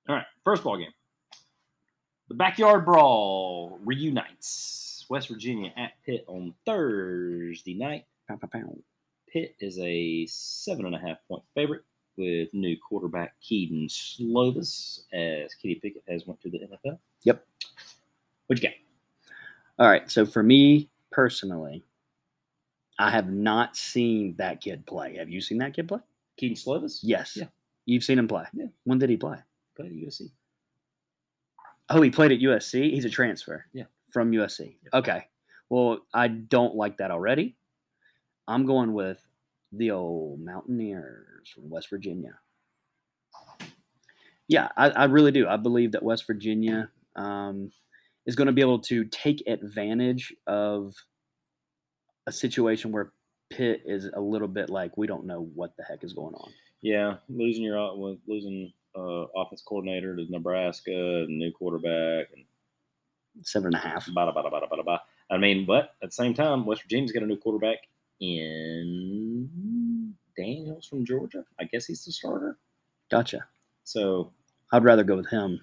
Speaker 2: All right. First ball game. The backyard brawl reunites. West Virginia at Pitt on Thursday night.
Speaker 1: Pow, pow, pow.
Speaker 2: Pitt is a seven and a half point favorite with new quarterback Keaton Slovis as Kitty Pickett has went to the NFL.
Speaker 1: Yep.
Speaker 2: What you got?
Speaker 1: All right. So for me personally, I have not seen that kid play. Have you seen that kid play?
Speaker 2: Keaton Slovis?
Speaker 1: Yes.
Speaker 2: Yeah.
Speaker 1: You've seen him play.
Speaker 2: Yeah.
Speaker 1: When did he play?
Speaker 2: Played at USC.
Speaker 1: Oh, he played at USC. He's a transfer.
Speaker 2: Yeah.
Speaker 1: From USC.
Speaker 2: Yeah.
Speaker 1: Okay. Well, I don't like that already. I'm going with the old Mountaineers from West Virginia. Yeah, I, I really do. I believe that West Virginia um, is going to be able to take advantage of a situation where Pitt is a little bit like, we don't know what the heck is going on.
Speaker 2: Yeah, losing your well, losing uh, offense coordinator to Nebraska, new quarterback, and
Speaker 1: Seven and a half.
Speaker 2: bada bada bada bada bada. I mean, but at the same time, West Virginia's got a new quarterback in Daniels from Georgia. I guess he's the starter.
Speaker 1: Gotcha.
Speaker 2: So (clears throat)
Speaker 1: I'd rather go with him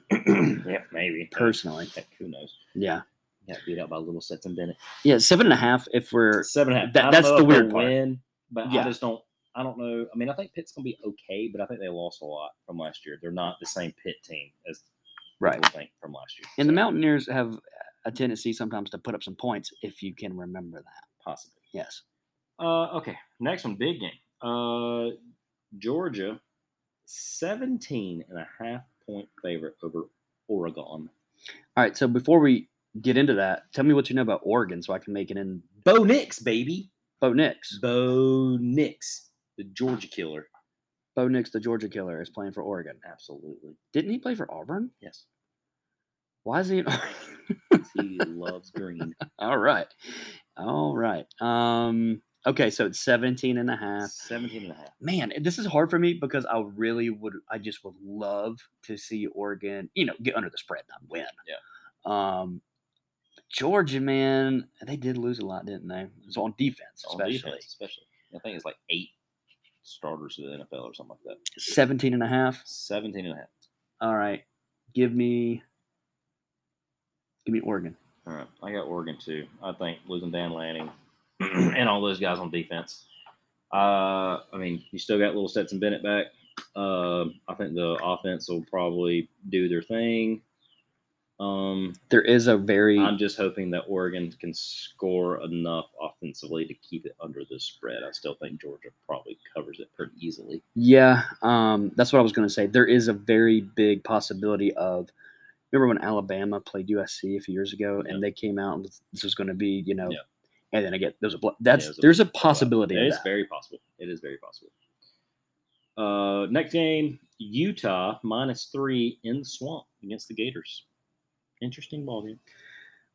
Speaker 2: yeah, maybe
Speaker 1: personally.
Speaker 2: Heck, who knows?
Speaker 1: Yeah.
Speaker 2: Got beat out by little sets and Bennett.
Speaker 1: Yeah, seven and a half. If we're
Speaker 2: Seven and a half.
Speaker 1: That-
Speaker 2: I don't
Speaker 1: that's
Speaker 2: know
Speaker 1: the
Speaker 2: if they'll
Speaker 1: weird part.
Speaker 2: Win, but
Speaker 1: Yeah.
Speaker 2: I just don't. I don't know. I mean, I think Pitt's gonna be okay, but I think they lost a lot from last year. They're not the same Pitt team as
Speaker 1: right,
Speaker 2: people think from last year.
Speaker 1: and
Speaker 2: So,
Speaker 1: the Mountaineers have a tendency sometimes to put up some points if you can remember that.
Speaker 2: possibly.
Speaker 1: Yes,
Speaker 2: Uh, okay, next one, big game. Uh, Georgia, 17 and a half point favorite over Oregon.
Speaker 1: All right. So before we get into that, tell me what you know about Oregon, so I can make it in
Speaker 2: Bo Nix, baby.
Speaker 1: Bo Nix.
Speaker 2: Bo Nix, the Georgia killer.
Speaker 1: Bo Nix, the Georgia killer, is playing for Oregon.
Speaker 2: Absolutely.
Speaker 1: Didn't he play for Auburn?
Speaker 2: Yes.
Speaker 1: Why is he? In... (laughs)
Speaker 2: (laughs) He loves green.
Speaker 1: All right, all right. Um, okay, so it's 17 and a half.
Speaker 2: 17 and a half.
Speaker 1: man, it- this is hard for me because I really would, I just would love to see Oregon, you know, get under the spread and win.
Speaker 2: Yeah.
Speaker 1: Um, Georgia, man, they did lose a lot, didn't they? It's on defense,
Speaker 2: On
Speaker 1: especially.
Speaker 2: defense, especially. I think it's like eight starters to the NFL or something like that.
Speaker 1: 17 and a half.
Speaker 2: 17 and a half.
Speaker 1: All right. Give me, give me Oregon.
Speaker 2: All right. I got Oregon too. I think losing Dan (clears throat) Lanning and all those guys on defense. Uh, I mean, you still got little Stetson Bennett back. Um, I think the offense will probably do their thing. Um,
Speaker 1: There is a very,
Speaker 2: I'm just hoping that Oregon can score enough offensively to keep it under the spread. I still think Georgia probably covers it pretty easily.
Speaker 1: yeah, um, that's what I was going to say. There is a very big possibility of, remember when Alabama played USC a few years ago
Speaker 2: Yeah.
Speaker 1: and they came out and this was going to be, you know,
Speaker 2: Yeah.
Speaker 1: and then I get there's a blo- that's
Speaker 2: it was a
Speaker 1: there's a possibility.
Speaker 2: It
Speaker 1: Of
Speaker 2: is
Speaker 1: that.
Speaker 2: very possible. It is very possible. Uh, next game, Utah minus three in the swamp against the Gators. Interesting ball game.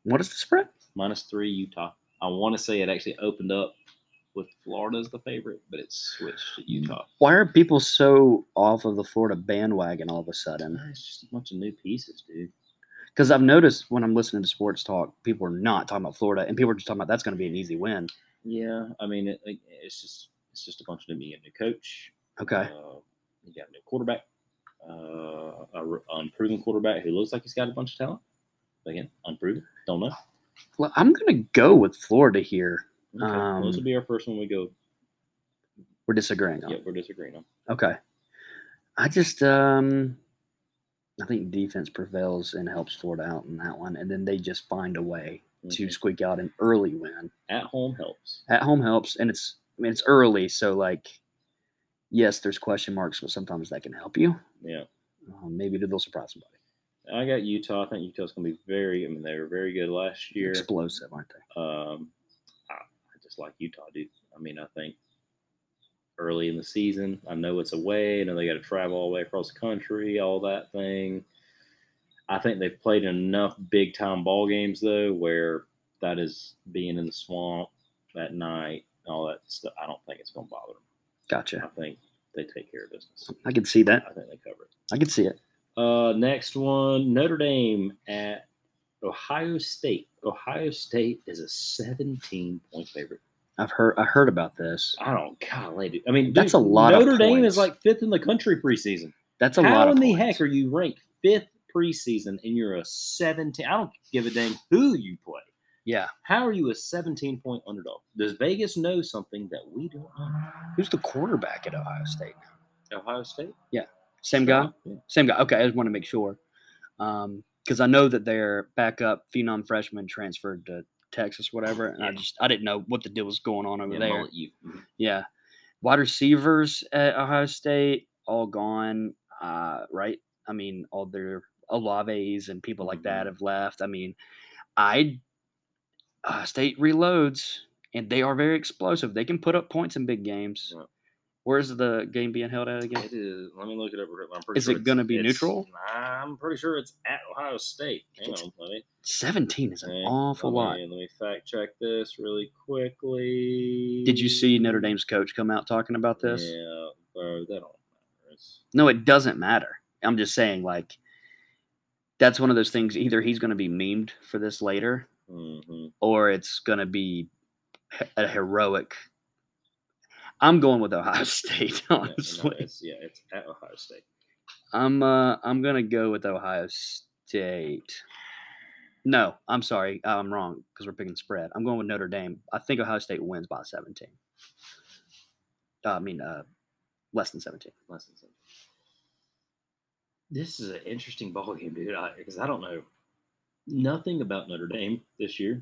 Speaker 1: What is the spread?
Speaker 2: Minus three, Utah. I want to say it actually opened up with Florida as the favorite, but it's switched to Utah.
Speaker 1: Why are people so off of the Florida bandwagon all of a sudden?
Speaker 2: Nah, Ah, It's just a bunch of new pieces, dude.
Speaker 1: Because I've noticed when I'm listening to sports talk, people are not talking about Florida, and people are just talking about that's going to be an easy win.
Speaker 2: Yeah, I mean, it, it- it's just it's just a bunch of new. You got a new coach.
Speaker 1: Okay,
Speaker 2: Uh, you got a new quarterback, uh, a r- unproven quarterback who looks like he's got a bunch of talent. But again, unproven. Don't know.
Speaker 1: well, I'm going to go with Florida here.
Speaker 2: Okay. well, this will
Speaker 1: Um,
Speaker 2: be our first one we go.
Speaker 1: We're disagreeing on.
Speaker 2: Yeah, we're disagreeing on.
Speaker 1: Okay, I just um, I think defense prevails and helps Florida out in that one, and then they just find a way to
Speaker 2: Mhm.
Speaker 1: squeak out an early win.
Speaker 2: At home helps.
Speaker 1: at home helps and it's I mean, it's early so like yes there's question marks but sometimes that can help you
Speaker 2: Yeah.
Speaker 1: um, maybe they'll surprise somebody
Speaker 2: I got Utah. I think Utah's going to be very. I mean, they were very good last year.
Speaker 1: explosive aren't they
Speaker 2: Um, I, I just like Utah, dude. I mean, I think early in the season, I know it's away. I know they got to travel all the way across the country, all that thing. I think they've played enough big time ball games though, where that is being in the swamp that night and all that stuff. I don't think it's going to bother them.
Speaker 1: gotcha
Speaker 2: I think they take care of business.
Speaker 1: i can see that
Speaker 2: I think they cover it.
Speaker 1: i can see it
Speaker 2: Uh, next one, Notre Dame at Ohio State. Ohio State is a 17 point favorite.
Speaker 1: i've heard i heard about this
Speaker 2: I don't, golly, dude. I mean, dude,
Speaker 1: That's a lot of
Speaker 2: Notre Dame
Speaker 1: points.
Speaker 2: is like fifth in the country preseason.
Speaker 1: that's a
Speaker 2: How
Speaker 1: lot of
Speaker 2: in the
Speaker 1: points.
Speaker 2: heck are you ranked fifth preseason and you're a 17? I don't give a damn who you play.
Speaker 1: yeah
Speaker 2: How are you a 17 point underdog? Does Vegas know something that we don't know?
Speaker 1: who's the quarterback at ohio state now
Speaker 2: Ohio State?
Speaker 1: same guy
Speaker 2: Yeah.
Speaker 1: same guy okay i just want to make sure um because i know that their backup phenom freshman transferred to texas whatever and i
Speaker 2: Yeah.
Speaker 1: just i didn't know what the deal was going on over
Speaker 2: Yeah,
Speaker 1: there
Speaker 2: I'll let you.
Speaker 1: Yeah. Wide receivers at Ohio State, all gone, uh, right? I mean, all their Olaves and people like that
Speaker 2: Mhm.
Speaker 1: have left. I mean, I uh, State reloads, and they are very explosive. They can put up points in big games.
Speaker 2: Yep.
Speaker 1: Where's the game being held at again?
Speaker 2: It is. Let me look it up. real quick. I'm pretty
Speaker 1: Is
Speaker 2: sure
Speaker 1: it
Speaker 2: it's-
Speaker 1: gonna be
Speaker 2: it's-
Speaker 1: neutral?
Speaker 2: I'm pretty sure it's at Ohio State. Hang
Speaker 1: It's-
Speaker 2: on, let me.
Speaker 1: Seventeen is an
Speaker 2: hang-
Speaker 1: awful
Speaker 2: let
Speaker 1: lot.
Speaker 2: me- Let me fact check this really quickly.
Speaker 1: Did you see Notre Dame's coach come out talking about this?
Speaker 2: Yeah, bro, that don't matter. It's-
Speaker 1: No, it doesn't matter. I'm just saying, like, that's one of those things. Either he's going to be memed for this later, (laughs)
Speaker 2: mhm.
Speaker 1: or it's going to be he- a heroic. I'm going with Ohio (laughs) State,
Speaker 2: Yeah, no,
Speaker 1: honestly.
Speaker 2: it's, yeah, it's at Ohio State.
Speaker 1: I'm uh, I'm going to go with Ohio State. No, I'm sorry, uh, I'm wrong because we're picking spread. I'm going with Notre Dame. I think Ohio State wins by 17. Uh, I mean, uh, less than 17.
Speaker 2: Less than seven. This is an interesting ball game, dude. Because I, don't know nothing about Notre Dame this year.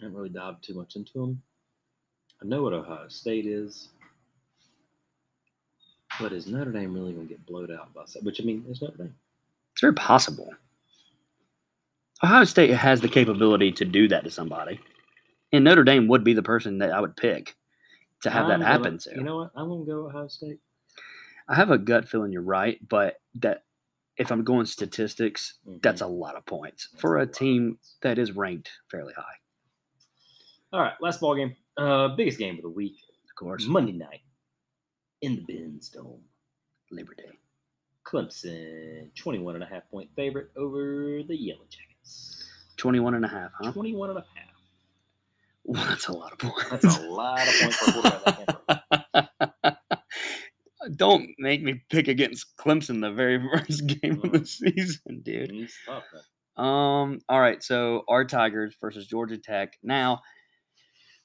Speaker 2: I haven't really dived too much into them. I know what Ohio State is, but is Notre Dame really going to get blowed out by? se- Which I mean, is Notre Dame.
Speaker 1: It's very possible. Ohio State has the capability to do that to somebody, and Notre Dame would be the person that I would pick to have
Speaker 2: I'm
Speaker 1: that
Speaker 2: gonna-
Speaker 1: happen to.
Speaker 2: Ah, You know what? I'm going to go Ohio State.
Speaker 1: I have a gut feeling you're right, but that if I'm going statistics, that's
Speaker 2: Mhm.
Speaker 1: a lot of points
Speaker 2: That's
Speaker 1: for a
Speaker 2: a lot of
Speaker 1: team
Speaker 2: points.
Speaker 1: that is ranked fairly high.
Speaker 2: All right, last ball game. Uh, biggest game of the week.
Speaker 1: Of course,
Speaker 2: Monday night in the Benz Dome.
Speaker 1: Labor Day.
Speaker 2: Clemson, 21 and a half point favorite over the Yellow Jackets.
Speaker 1: 21 and a half, huh?
Speaker 2: 21 and a half.
Speaker 1: Well, (laughs) that's a lot of points. (laughs)
Speaker 2: That's a lot of points for a quarterback. that can't throw.
Speaker 1: Don't make me pick against Clemson the very (laughs) first game of the
Speaker 2: Mm.
Speaker 1: season, dude.
Speaker 2: He's tough, man.
Speaker 1: Um. All right. So our Tigers versus Georgia Tech. Now,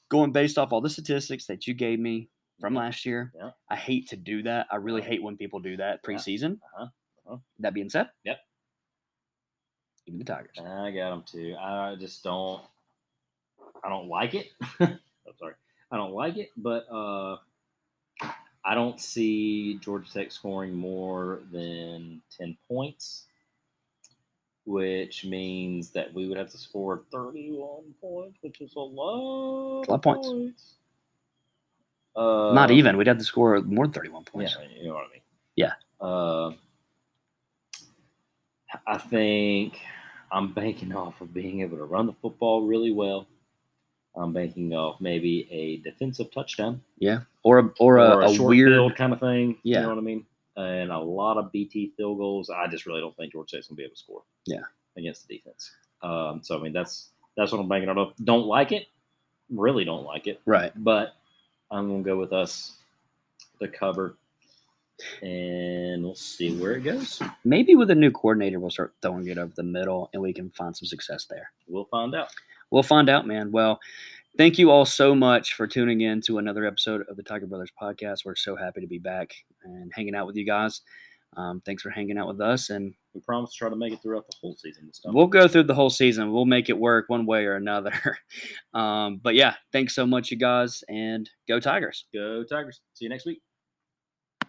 Speaker 1: going based off all the statistics that you gave me from last year,
Speaker 2: Yeah. Uh-huh.
Speaker 1: I hate to do that. I really hate when people do that
Speaker 2: Yeah.
Speaker 1: preseason.
Speaker 2: Uh-huh, uh-huh.
Speaker 1: That being said,
Speaker 2: Yep.
Speaker 1: Even the Tigers.
Speaker 2: I got him too. I just don't. I don't like it. (laughs) I'm sorry. I don't like it, but uh, I don't see Georgia Tech scoring more than ten points, which means that we would have to score thirty-one points, which is a lot.
Speaker 1: Lot of points.
Speaker 2: Uh,
Speaker 1: Not even. We'd have to score more than thirty-one
Speaker 2: yeah,
Speaker 1: points.
Speaker 2: you know what I mean.
Speaker 1: Yeah.
Speaker 2: Uh, I think I'm banking off of being able to run the football really well. I'm banking off maybe a defensive touchdown
Speaker 1: or a, or a,
Speaker 2: or
Speaker 1: a,
Speaker 2: short
Speaker 1: weird
Speaker 2: field kind of thing.
Speaker 1: Yeah.
Speaker 2: You know what I mean? And a lot of BT field goals. I just really don't think George State's gonna be able to score.
Speaker 1: Yeah.
Speaker 2: Against the defense. Um, so I mean that's that's what I'm banking on. Don't like it. Really don't like it.
Speaker 1: right.
Speaker 2: But I'm gonna go with us to cover. And we'll see where it goes.
Speaker 1: Maybe with a new coordinator, we'll start throwing it over the middle, and we can find some success there.
Speaker 2: We'll find out.
Speaker 1: We'll find out, man. Well, thank you all so much for tuning in to another episode of the Tiger Brothers podcast. We're so happy to be back and hanging out with you guys. Um, thanks for hanging out with us, and
Speaker 2: We promise to try to make it throughout the whole season this time.
Speaker 1: we'll go through the whole season. We'll make it work one way or another. (laughs) um, but yeah, thanks so much, you guys, and go Tigers.
Speaker 2: go Tigers. See you next week.